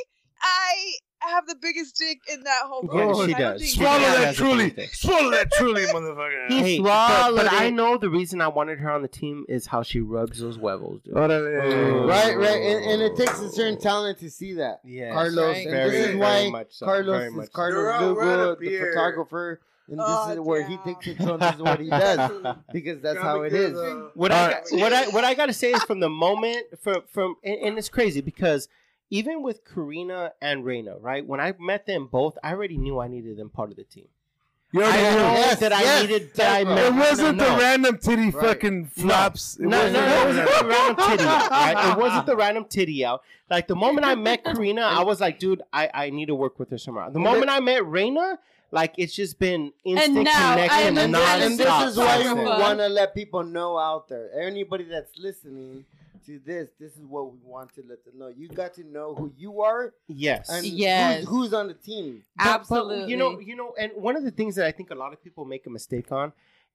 Speaker 3: I have the biggest dick in that whole
Speaker 1: Yeah,
Speaker 3: group.
Speaker 1: she
Speaker 3: I don't
Speaker 1: does.
Speaker 3: drink-
Speaker 4: Swallow
Speaker 1: Yeah,
Speaker 4: that
Speaker 1: that's a
Speaker 4: truly.
Speaker 1: good thing.
Speaker 4: Swallow that truly, motherfucker.
Speaker 1: Hey, but, but I know the reason I wanted her on the team is how she rubs those huevos, dude.
Speaker 4: Órale.
Speaker 6: Right, right. And, and it takes a certain talent to see that.
Speaker 1: Yes.
Speaker 6: Carlos.
Speaker 3: Right.
Speaker 6: And
Speaker 1: Very,
Speaker 6: this is
Speaker 1: very
Speaker 6: why
Speaker 1: much so,
Speaker 6: Carlos
Speaker 1: very
Speaker 6: is
Speaker 1: much so.
Speaker 5: You're
Speaker 6: Carlos
Speaker 5: all right
Speaker 6: Google,
Speaker 5: up
Speaker 6: the
Speaker 5: here.
Speaker 6: photographer. And this
Speaker 3: Oh,
Speaker 6: is where he
Speaker 3: damn.
Speaker 6: takes control. This is what he does. Because that's how it is.
Speaker 1: What
Speaker 4: All
Speaker 1: I
Speaker 4: right.
Speaker 1: what I what I gotta say is from the moment from from and, and it's crazy because even with Karina and Reina, right? When I met them both, I already knew I needed them part of the team.
Speaker 4: You
Speaker 1: I
Speaker 4: already
Speaker 1: know
Speaker 4: know.
Speaker 6: Yes,
Speaker 1: that I
Speaker 6: yes,
Speaker 1: needed that. I
Speaker 6: that's
Speaker 1: met.
Speaker 4: It wasn't
Speaker 1: no,
Speaker 4: the
Speaker 1: no.
Speaker 4: random titty
Speaker 6: Right.
Speaker 4: fucking flops. It
Speaker 1: No, no,
Speaker 4: wasn't
Speaker 1: no, it
Speaker 4: the
Speaker 1: wasn't the random titty out. right? It wasn't the random titty out. Like the moment I met Karina, I was like, dude, I, I need to work with her somewhere. The moment I met Reina, like it's just been instant
Speaker 2: And now I
Speaker 1: connection
Speaker 2: am
Speaker 1: and
Speaker 2: a
Speaker 1: nonstop.
Speaker 6: and this is why you
Speaker 2: Awesome.
Speaker 6: want to let people know out there. Anybody that's listening to this, this is what we want to let them know. You got to know who you are
Speaker 1: yes.
Speaker 6: and
Speaker 2: Yes.
Speaker 6: who's, who's on the team.
Speaker 1: But- but,
Speaker 2: Absolutely.
Speaker 1: you know, you know, and one of the things that I think a lot of people make a mistake on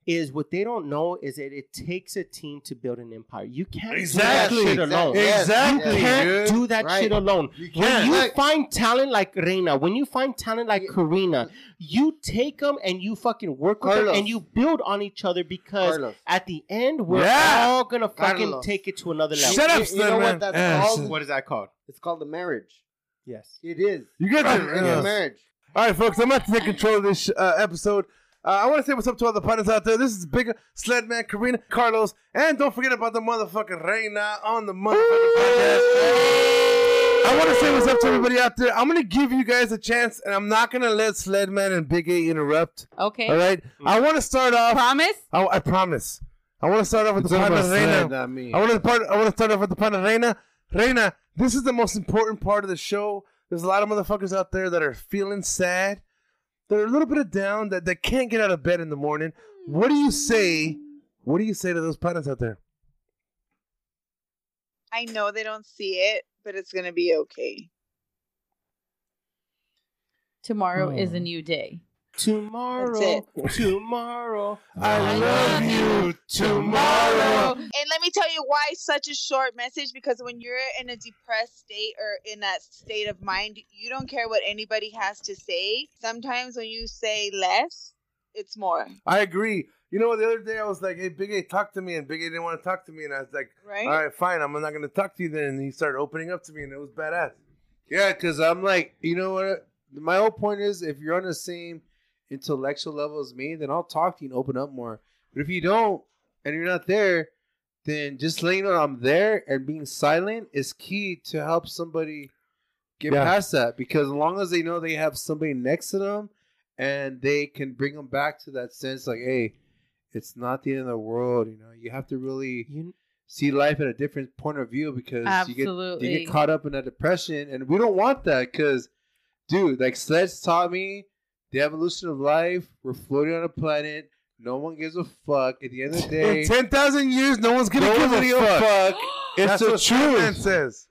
Speaker 1: is what they don't know is that it takes a team to build an empire. You can't
Speaker 4: Exactly.
Speaker 1: do that shit alone.
Speaker 6: Yes,
Speaker 4: Exactly.
Speaker 1: You
Speaker 6: yes.
Speaker 1: can't
Speaker 4: dude.
Speaker 1: do that
Speaker 6: Right.
Speaker 1: shit alone.
Speaker 6: You
Speaker 1: When
Speaker 6: can't.
Speaker 1: you
Speaker 6: Look.
Speaker 1: find talent like Reina, when you find talent like
Speaker 6: Yeah.
Speaker 1: Karina, you take them and you fucking work with them
Speaker 6: Carlos.
Speaker 1: and you build on each other because
Speaker 6: Carlos.
Speaker 1: at the end we're
Speaker 4: Yeah.
Speaker 1: all gonna fucking
Speaker 6: Carlos.
Speaker 1: take it to another level.
Speaker 4: Shut
Speaker 6: You-
Speaker 4: up,
Speaker 6: you know
Speaker 4: Slenderman.
Speaker 6: what that's
Speaker 4: Ass.
Speaker 6: called?
Speaker 1: What is that called?
Speaker 6: It's called the marriage.
Speaker 1: Yes.
Speaker 6: It is.
Speaker 4: You uh, get
Speaker 6: It's
Speaker 4: to
Speaker 6: a marriage.
Speaker 4: All right, folks, I'm about to take control of this uh, episode. Uh, I want to say what's up to all the partners out there. This is Big Sledman, Karina, Carlos, and don't forget about the motherfucking Reina on the motherfucking podcast. I want to say what's up to everybody out there. I'm going to give you guys a chance, and I'm not going to let Sledman and Big A interrupt.
Speaker 2: okay.
Speaker 4: All right? I want to start off.
Speaker 2: Promise?
Speaker 4: I, I promise. I want to start off with the partner Reina.
Speaker 5: not me.
Speaker 4: I want to part. I want to start off with the partner Reina. Reina, this is the most important part of the show. There's a lot of motherfuckers out there that are feeling sad. They're a little bit of down that they can't get out of bed in the morning. What do you say? What do you say to those partners out there?
Speaker 3: I know they don't see it, but it's gonna be okay.
Speaker 2: Tomorrow
Speaker 1: Oh.
Speaker 2: is a new day.
Speaker 1: Tomorrow, tomorrow,
Speaker 4: I
Speaker 2: love
Speaker 4: you
Speaker 3: And let me tell you why it's such a short message because when you're in a depressed state or in that state of mind, you don't care what anybody has to say. Sometimes when you say less, it's more,
Speaker 4: I agree. You know what? The other day I was like, "Hey, Big A, talk to me," and Big A didn't want to talk to me, and I was like,
Speaker 3: right?
Speaker 4: "All right, fine. I'm not going to talk to you then." And he started opening up to me, and it was badass.
Speaker 5: Yeah, because I'm like, you know what? My whole point is if you're on the same intellectual level as me, then I'll talk to you and open up more. But if you don't and you're not there, then just letting know I'm there and being silent is key to help somebody get
Speaker 4: Yeah.
Speaker 5: past that. Because as long as they know they have somebody next to them and they can bring them back to that sense like, hey, it's not the end of the world. You know, you have to really
Speaker 1: you
Speaker 5: see life at a different point of view because you get
Speaker 2: Absolutely.
Speaker 5: you get caught up in that depression, and we don't want that because, dude, like Sledge taught me, the evolution of life. We're floating on a planet. No one gives a fuck. At the end of the
Speaker 4: In
Speaker 5: day,
Speaker 4: ten thousand years, no one's going to
Speaker 5: no
Speaker 4: give
Speaker 5: one
Speaker 4: a fuck.
Speaker 5: It's
Speaker 4: That's
Speaker 5: the
Speaker 4: what Sandman
Speaker 5: truth.
Speaker 4: says.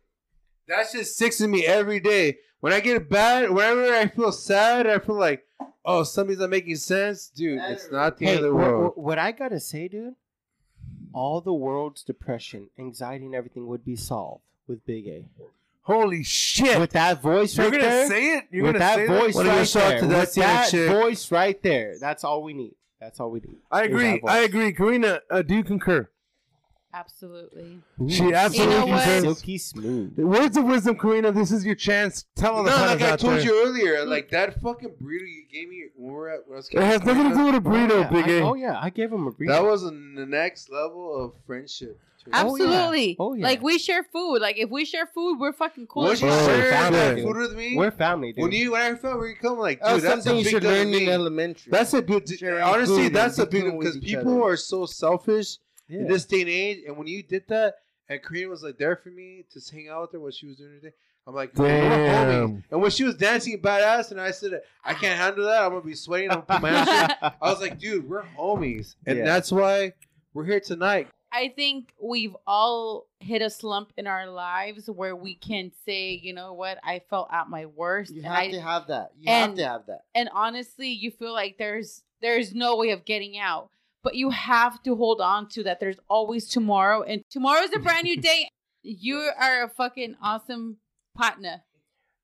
Speaker 5: That just sticks in me every day. When I get bad, whenever I feel sad, I feel like, oh, something's not making sense, dude. It's not the
Speaker 1: Hey,
Speaker 5: end of the
Speaker 1: wh- wh-
Speaker 5: world.
Speaker 1: What, I gotta say, dude, all the world's depression, anxiety, and everything would be solved with Big A.
Speaker 4: Holy shit!
Speaker 1: With that voice
Speaker 4: You're
Speaker 1: right
Speaker 4: gonna
Speaker 1: there.
Speaker 4: say it? You're
Speaker 1: with
Speaker 4: gonna
Speaker 1: that
Speaker 4: say That?
Speaker 1: voice
Speaker 5: What are you
Speaker 1: right
Speaker 5: shocked
Speaker 1: there.
Speaker 5: to that
Speaker 1: with
Speaker 5: same
Speaker 1: that
Speaker 5: shit?
Speaker 1: voice right there. That's all we need. That's all we need.
Speaker 4: I
Speaker 1: Is
Speaker 4: agree.
Speaker 1: that voice.
Speaker 4: I agree. Karina, uh, do you concur?
Speaker 2: Absolutely.
Speaker 4: She absolutely
Speaker 2: You know what?
Speaker 4: concurs.
Speaker 1: silky smooth.
Speaker 4: Words of wisdom, Karina. This is your chance. Tell all the
Speaker 5: No, like
Speaker 4: partners
Speaker 5: I
Speaker 4: out
Speaker 5: told
Speaker 4: there.
Speaker 5: you earlier, like that fucking burrito you gave me when we were at when I was
Speaker 4: It has nothing to do with a
Speaker 1: oh,
Speaker 4: burrito,
Speaker 1: yeah,
Speaker 4: Big
Speaker 1: I,
Speaker 4: A.
Speaker 1: oh yeah, I gave him a burrito.
Speaker 5: That was an- the next level of friendship.
Speaker 1: Oh, yeah.
Speaker 2: Absolutely.
Speaker 1: Oh, yeah.
Speaker 2: Like we share food. Like if we share food, we're fucking cool.
Speaker 5: Once you
Speaker 1: Oh,
Speaker 5: share
Speaker 1: family,
Speaker 5: that
Speaker 1: dude.
Speaker 5: food with me,
Speaker 1: We're family, dude.
Speaker 5: when you when I felt where you come, like,
Speaker 6: That's
Speaker 5: dude, that's
Speaker 6: Oh, something
Speaker 5: a
Speaker 6: you
Speaker 5: big
Speaker 6: should
Speaker 5: deal to
Speaker 6: learn in
Speaker 5: me.
Speaker 6: elementary.
Speaker 5: That's a big.
Speaker 6: Sharing
Speaker 5: honestly,
Speaker 6: food and
Speaker 5: that's a big
Speaker 6: being with
Speaker 5: because
Speaker 6: each
Speaker 5: people
Speaker 6: other.
Speaker 5: are so selfish
Speaker 1: Yeah.
Speaker 5: in this day and age. And when you did that, and Karina was like there for me to hang out with her what she was doing today. I'm like, "You're a
Speaker 4: Damn.
Speaker 5: homie." And when she was dancing badass, and I said, I can't handle that. I'm gonna be sweating. I'm gonna put my hands. up." I was like, dude, we're homies, and
Speaker 1: Yeah.
Speaker 5: that's why we're here tonight.
Speaker 2: I think we've all hit a slump in our lives where we can say, you know what, I felt at my worst.
Speaker 6: You
Speaker 2: and
Speaker 6: have
Speaker 2: I-
Speaker 6: to have that. You have
Speaker 2: and-
Speaker 6: to have that.
Speaker 2: and honestly you feel like there's there's no way of getting out but you have to hold on to that there's always tomorrow and tomorrow's a brand new day you are a fucking awesome partner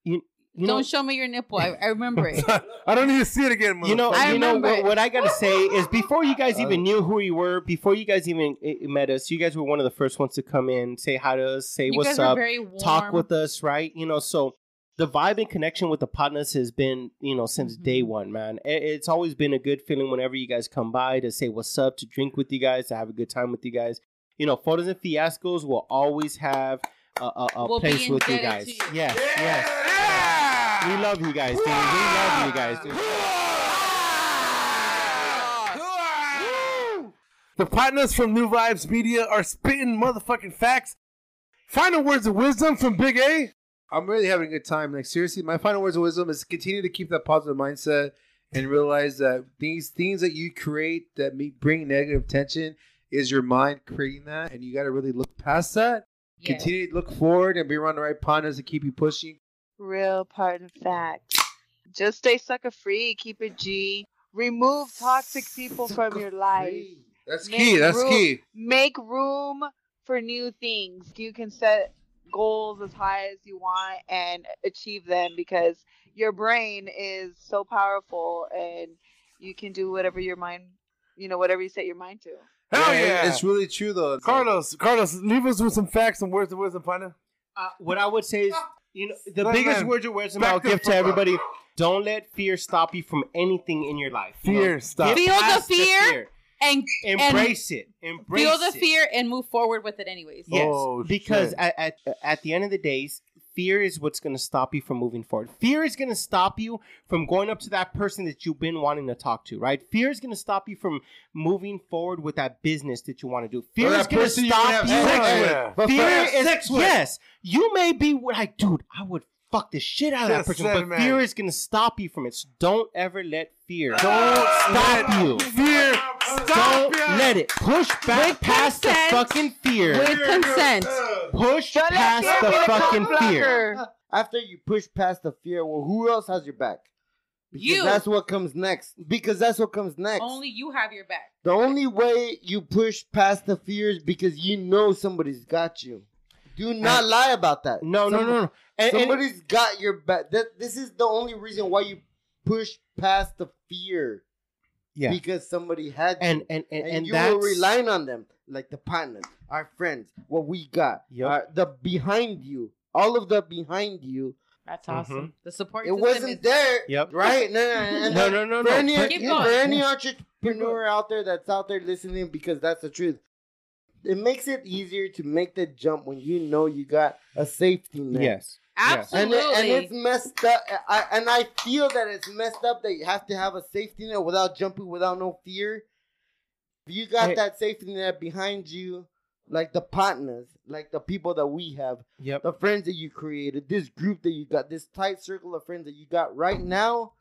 Speaker 1: You
Speaker 2: don't
Speaker 1: know,
Speaker 2: show me your nipple i, I remember it
Speaker 4: I don't need to see it again.
Speaker 1: you know,
Speaker 4: motherfucker.
Speaker 2: I
Speaker 1: you know
Speaker 2: remember
Speaker 1: what,
Speaker 2: it.
Speaker 1: what I gotta say is before you guys
Speaker 5: Uh,
Speaker 1: even knew who we were, before you guys even eh, met us, you guys were one of the first ones to come in, say hi to us, say
Speaker 2: you
Speaker 1: what's
Speaker 2: guys
Speaker 1: up,
Speaker 2: are very warm
Speaker 1: talk with us, right? You know, so the vibe and connection with the partners has been, you know, since
Speaker 2: Mhm.
Speaker 1: day one, man. I- It's always been a good feeling whenever you guys come by to say what's up, to drink with you guys, to have a good time with you guys. You know, photos and fiascos will always have a, a, a
Speaker 2: We'll be
Speaker 1: place with you
Speaker 2: indebted
Speaker 1: guys.
Speaker 2: to you.
Speaker 1: Yes, yes.
Speaker 4: Yeah!
Speaker 1: We love you guys, dude. We love you guys, dude.
Speaker 4: The partners from New Vibes Media are spitting motherfucking facts. Final words of wisdom from Big A.
Speaker 5: I'm really having a good time. Like seriously, my final words of wisdom is continue to keep that positive mindset and realize that these things that you create that may bring negative tension is your mind creating that, and you got to really look past that.
Speaker 2: Yes.
Speaker 5: Continue to look forward and be around the right partners to keep you pushing.
Speaker 3: Real part of facts. Just stay sucker free. Keep it G. Remove toxic people from your life.
Speaker 5: That's
Speaker 3: Make
Speaker 5: key. That's
Speaker 3: room-
Speaker 5: key.
Speaker 3: Make room for new things. You can set goals as high as you want and achieve them because your brain is so powerful and you can do whatever your mind, you know, whatever you set your mind to.
Speaker 4: Hell
Speaker 5: it-
Speaker 4: yeah!
Speaker 5: It's really true though. It's like-
Speaker 4: Carlos, Carlos, leave us with some facts and words of wisdom, partner.
Speaker 1: Uh, what I would say is, you know, the
Speaker 4: Let
Speaker 1: biggest
Speaker 4: them-
Speaker 1: words of wisdom
Speaker 4: back
Speaker 1: I'll
Speaker 4: the
Speaker 1: give to
Speaker 4: fuck up.
Speaker 1: everybody: don't let fear stop you from anything in your life. You know,
Speaker 4: Fear, stop.
Speaker 1: get
Speaker 2: Feel the
Speaker 1: past
Speaker 2: fear and
Speaker 1: Embrace it. Embrace
Speaker 2: feel the
Speaker 1: it.
Speaker 2: fear and move forward with it anyways
Speaker 1: Yes,
Speaker 4: Oh,
Speaker 1: because
Speaker 4: shit.
Speaker 1: at, at at the end of the day, fear is what's going to stop you from moving forward. Fear is going to stop you from going up to that person that you've been wanting to talk to, right? Fear is going to stop you from moving forward with that business that you want to do. Fear
Speaker 5: that
Speaker 1: is going to
Speaker 5: person you
Speaker 1: stop
Speaker 5: wanna have
Speaker 1: you.
Speaker 5: sex
Speaker 4: Hell
Speaker 5: with.
Speaker 4: yeah.
Speaker 6: But
Speaker 1: Fear
Speaker 6: first-
Speaker 1: is yes. You may be what I dude. I would fuck the shit out of
Speaker 4: Just
Speaker 1: that person,
Speaker 4: said
Speaker 1: but
Speaker 4: it, man.
Speaker 1: fear is gonna stop you from it. So don't ever let fear
Speaker 4: Don't
Speaker 1: Oh, stop
Speaker 4: let
Speaker 1: you.
Speaker 4: Fear, stop
Speaker 1: Don't
Speaker 4: ya.
Speaker 1: let it push back past
Speaker 2: consent.
Speaker 1: the fucking fear.
Speaker 2: with consent
Speaker 1: push
Speaker 3: Don't let
Speaker 1: past
Speaker 3: fear
Speaker 1: the
Speaker 3: be the
Speaker 1: fucking
Speaker 3: code
Speaker 1: fear.
Speaker 3: blocker.
Speaker 6: after you push past the fear, well, who else has your back? Because
Speaker 2: You.
Speaker 6: That's what comes next. Because that's what comes next.
Speaker 2: only you have your back
Speaker 6: the only way you push past the fears because you know somebody's got you. Do not lie about that.
Speaker 1: No, no, no, no. And, and-
Speaker 6: Somebody's got your back. That this is the only reason why you push past the fear.
Speaker 1: Yeah.
Speaker 6: Because somebody had you.
Speaker 1: and and and,
Speaker 6: and,
Speaker 1: and
Speaker 6: you
Speaker 1: that's
Speaker 6: were relying on them, like the partners, our friends, what we got,
Speaker 1: Yep.
Speaker 6: our- the behind you, all of the behind you.
Speaker 2: that's
Speaker 1: Mm-hmm.
Speaker 2: awesome the support
Speaker 6: It
Speaker 2: system
Speaker 6: wasn't
Speaker 2: is-
Speaker 6: there,
Speaker 1: Yep.
Speaker 6: right? No, no, no,
Speaker 1: No, no, no,
Speaker 6: For
Speaker 1: no.
Speaker 6: any,
Speaker 1: But-
Speaker 2: Keep
Speaker 6: for
Speaker 2: going.
Speaker 6: any entrepreneur out there that's out there listening, because that's the truth. It makes it easier to make the jump when you know you got a safety net.
Speaker 1: yes. Yes.
Speaker 6: And,
Speaker 2: absolutely
Speaker 6: it, and it's messed up. I, and I feel that it's messed up that you have to have a safety net without jumping, without no fear. If you got
Speaker 1: Hey.
Speaker 6: that safety net behind you, like the partners, like the people that we have,
Speaker 1: Yep.
Speaker 6: the friends that you created, this group that you got, this tight circle of friends that you got right now,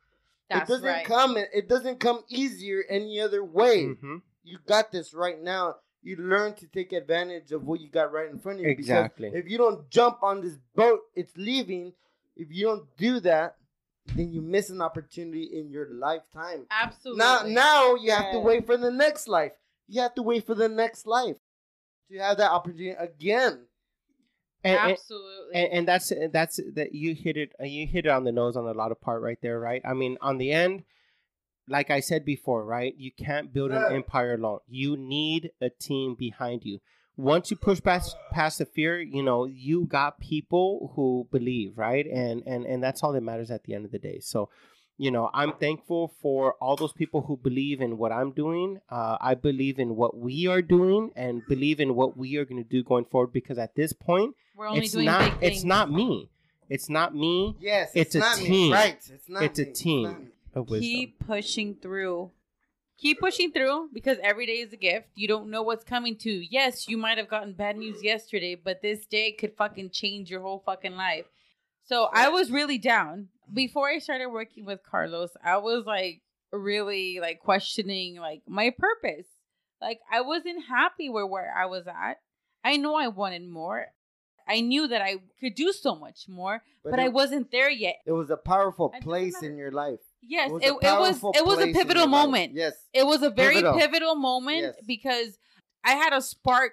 Speaker 2: that's
Speaker 6: it doesn't
Speaker 2: right
Speaker 6: come. It doesn't come easier any other way.
Speaker 1: Mm-hmm.
Speaker 6: You got this right now. You learn to take advantage of what you got right in front of you. because
Speaker 1: Exactly.
Speaker 6: If you don't jump on this boat, it's leaving. If you don't do that, then you miss an opportunity in your lifetime.
Speaker 2: absolutely
Speaker 6: Now, now you have to
Speaker 3: Yeah.
Speaker 6: wait for the next life. You have to wait for the next life to have that opportunity again.
Speaker 1: And, and-
Speaker 2: absolutely
Speaker 1: and, and that's that's that you hit it uh, you hit it on the nose on a lot of part right there right i mean on the end like i said before right you can't build an empire alone you need a team behind you once you push past past the fear you know you got people who believe right and and and that's all that matters at the end of the day so you know i'm thankful for all those people who believe in what i'm doing uh, i believe in what we are doing and believe in what we are going to do going forward because at this point
Speaker 2: we're only
Speaker 1: it's
Speaker 2: doing big
Speaker 1: not
Speaker 2: things
Speaker 1: it's not me it's not me
Speaker 6: Yes,
Speaker 1: It's a
Speaker 6: not me.
Speaker 1: team.
Speaker 6: Right. It's not
Speaker 1: It's a
Speaker 6: me.
Speaker 1: team.
Speaker 6: not me.
Speaker 1: of wisdom.
Speaker 2: keep pushing through keep pushing through because every day is a gift you don't know what's coming to you. yes you might have gotten bad news yesterday but this day could fucking change your whole fucking life so i was really down before i started working with carlos i was like really like questioning like my purpose Like I wasn't happy where where I was at. I know I wanted more. I knew that I could do so much more, but,
Speaker 6: it,
Speaker 2: I wasn't there yet.
Speaker 6: it was a powerful
Speaker 2: I don't
Speaker 6: place
Speaker 2: remember.
Speaker 6: in your life.
Speaker 2: Yes, it
Speaker 6: was
Speaker 2: it,
Speaker 6: a
Speaker 2: was
Speaker 6: powerful
Speaker 2: it was
Speaker 6: place
Speaker 2: a
Speaker 6: in your
Speaker 2: pivotal
Speaker 6: life.
Speaker 2: moment.
Speaker 6: Yes.
Speaker 2: It was a very
Speaker 6: Pivotal.
Speaker 2: pivotal, moment
Speaker 6: Yes.
Speaker 2: because I had to spark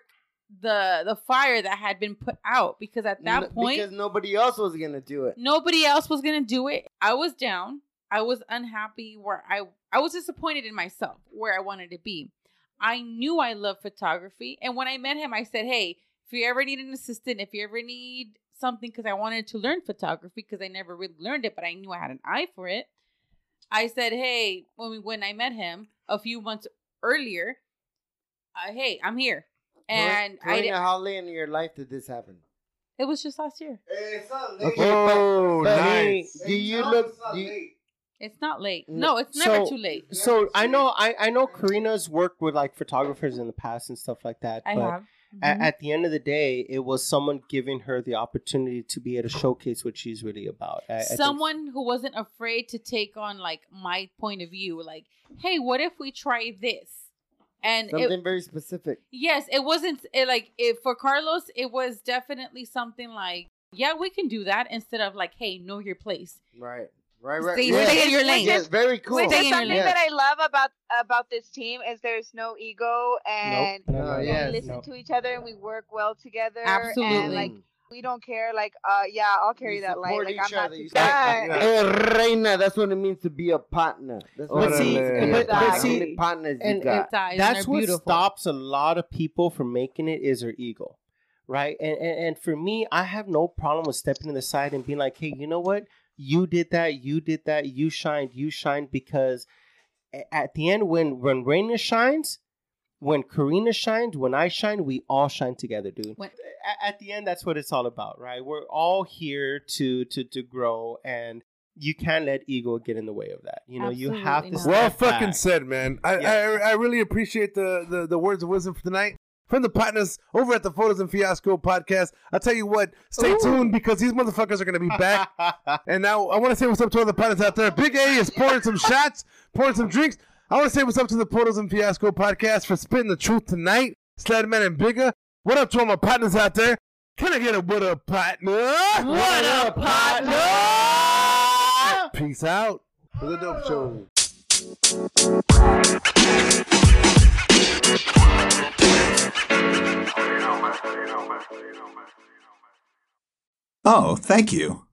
Speaker 2: the the fire that had been put out because at that
Speaker 6: N-
Speaker 2: point
Speaker 6: because nobody else was gonna do it.
Speaker 2: nobody else was gonna do it. I was down. I was unhappy where I I was disappointed in myself where I wanted to be. I knew I loved photography, and when I met him, I said, "Hey, if you ever need an assistant, if you ever need something, because I wanted to learn photography because I never really learned it, but I knew I had an eye for it." I said, "Hey," when we, when I met him a few months earlier, uh, "Hey, I'm here," and I
Speaker 6: Karina,
Speaker 2: di-
Speaker 6: how late in your life did this happen?
Speaker 2: it was just last year.
Speaker 5: Eh, It's not
Speaker 6: late. Okay,
Speaker 4: Oh,
Speaker 6: but-
Speaker 4: nice.
Speaker 6: Do you look? Do you,
Speaker 2: It's not late.
Speaker 6: Mm.
Speaker 2: No, it's never
Speaker 1: So-
Speaker 2: too late.
Speaker 1: So I know I, I know Karina's worked with like photographers in the past and stuff like that.
Speaker 2: I
Speaker 1: but
Speaker 2: have.
Speaker 1: a-
Speaker 2: Mhm.
Speaker 1: At, the end of the day, it was someone giving her the opportunity to be able to showcase what she's really about. I, I think-
Speaker 2: someone who wasn't afraid to take on like my point of view like hey what if we try this and it,
Speaker 6: something very specific.
Speaker 2: yes it wasn't it, like it, for carlos it was definitely something like yeah we can do that instead of like hey know your place
Speaker 6: Right. Right. Right.
Speaker 2: stay,
Speaker 6: yes.
Speaker 2: stay in your
Speaker 3: Which
Speaker 2: lane
Speaker 3: is-
Speaker 6: Yes, Very cool.
Speaker 3: Which
Speaker 2: Stay
Speaker 3: is
Speaker 2: in your
Speaker 3: something
Speaker 2: lane.
Speaker 3: that I love about about this team is there's no ego and
Speaker 1: Nope. No, no,
Speaker 6: Oh,
Speaker 1: no.
Speaker 6: yes.
Speaker 3: we listen
Speaker 1: Nope.
Speaker 3: to each other and we work well together. And
Speaker 2: Absolutely.
Speaker 3: like we don't care. Like uh, yeah, I'll carry
Speaker 6: You
Speaker 3: that light.
Speaker 6: support
Speaker 3: Like
Speaker 6: each
Speaker 3: I'm not
Speaker 6: other,
Speaker 3: too
Speaker 6: you
Speaker 3: bad.
Speaker 4: support-
Speaker 6: Eh, reina, that's what it means to be a partner. That's what
Speaker 1: But
Speaker 6: it
Speaker 4: see,
Speaker 6: means to be
Speaker 4: but-
Speaker 6: a
Speaker 4: but
Speaker 6: partner.
Speaker 1: see,
Speaker 6: How many partners you
Speaker 1: and-
Speaker 6: got?
Speaker 2: Size, and
Speaker 1: that's
Speaker 2: they're
Speaker 1: what
Speaker 2: beautiful.
Speaker 1: stops a lot of people from making it is their ego right and, and and for me i have no problem with stepping to the side and being like hey you know what you did that you did that you shined you shined because a- at the end when when Raina shines when karina shines when i shine we all shine together dude
Speaker 2: When-
Speaker 1: A- at the end that's what it's all about right we're all here to to to grow and you can't let ego get in the way of that you know you have to
Speaker 2: Absolutely not.
Speaker 4: Well
Speaker 1: step
Speaker 4: fucking
Speaker 1: back.
Speaker 4: said, man. I,
Speaker 1: Yeah.
Speaker 4: I I really appreciate the, the the words of wisdom for tonight from the partners over at the Photos and Fiasco podcast. I tell you what, stay tuned because these motherfuckers are gonna be back. and now I want to say what's up to all the partners out there. Big A is pouring some shots, pouring some drinks. I want to say what's up to the Photos and Fiasco podcast for spitting the truth tonight. Sladman and Bigger. What up to all my partners out there? Can I get a what up partner? What up partner? Peace out.
Speaker 5: It was a dope show.
Speaker 7: Oh, thank you.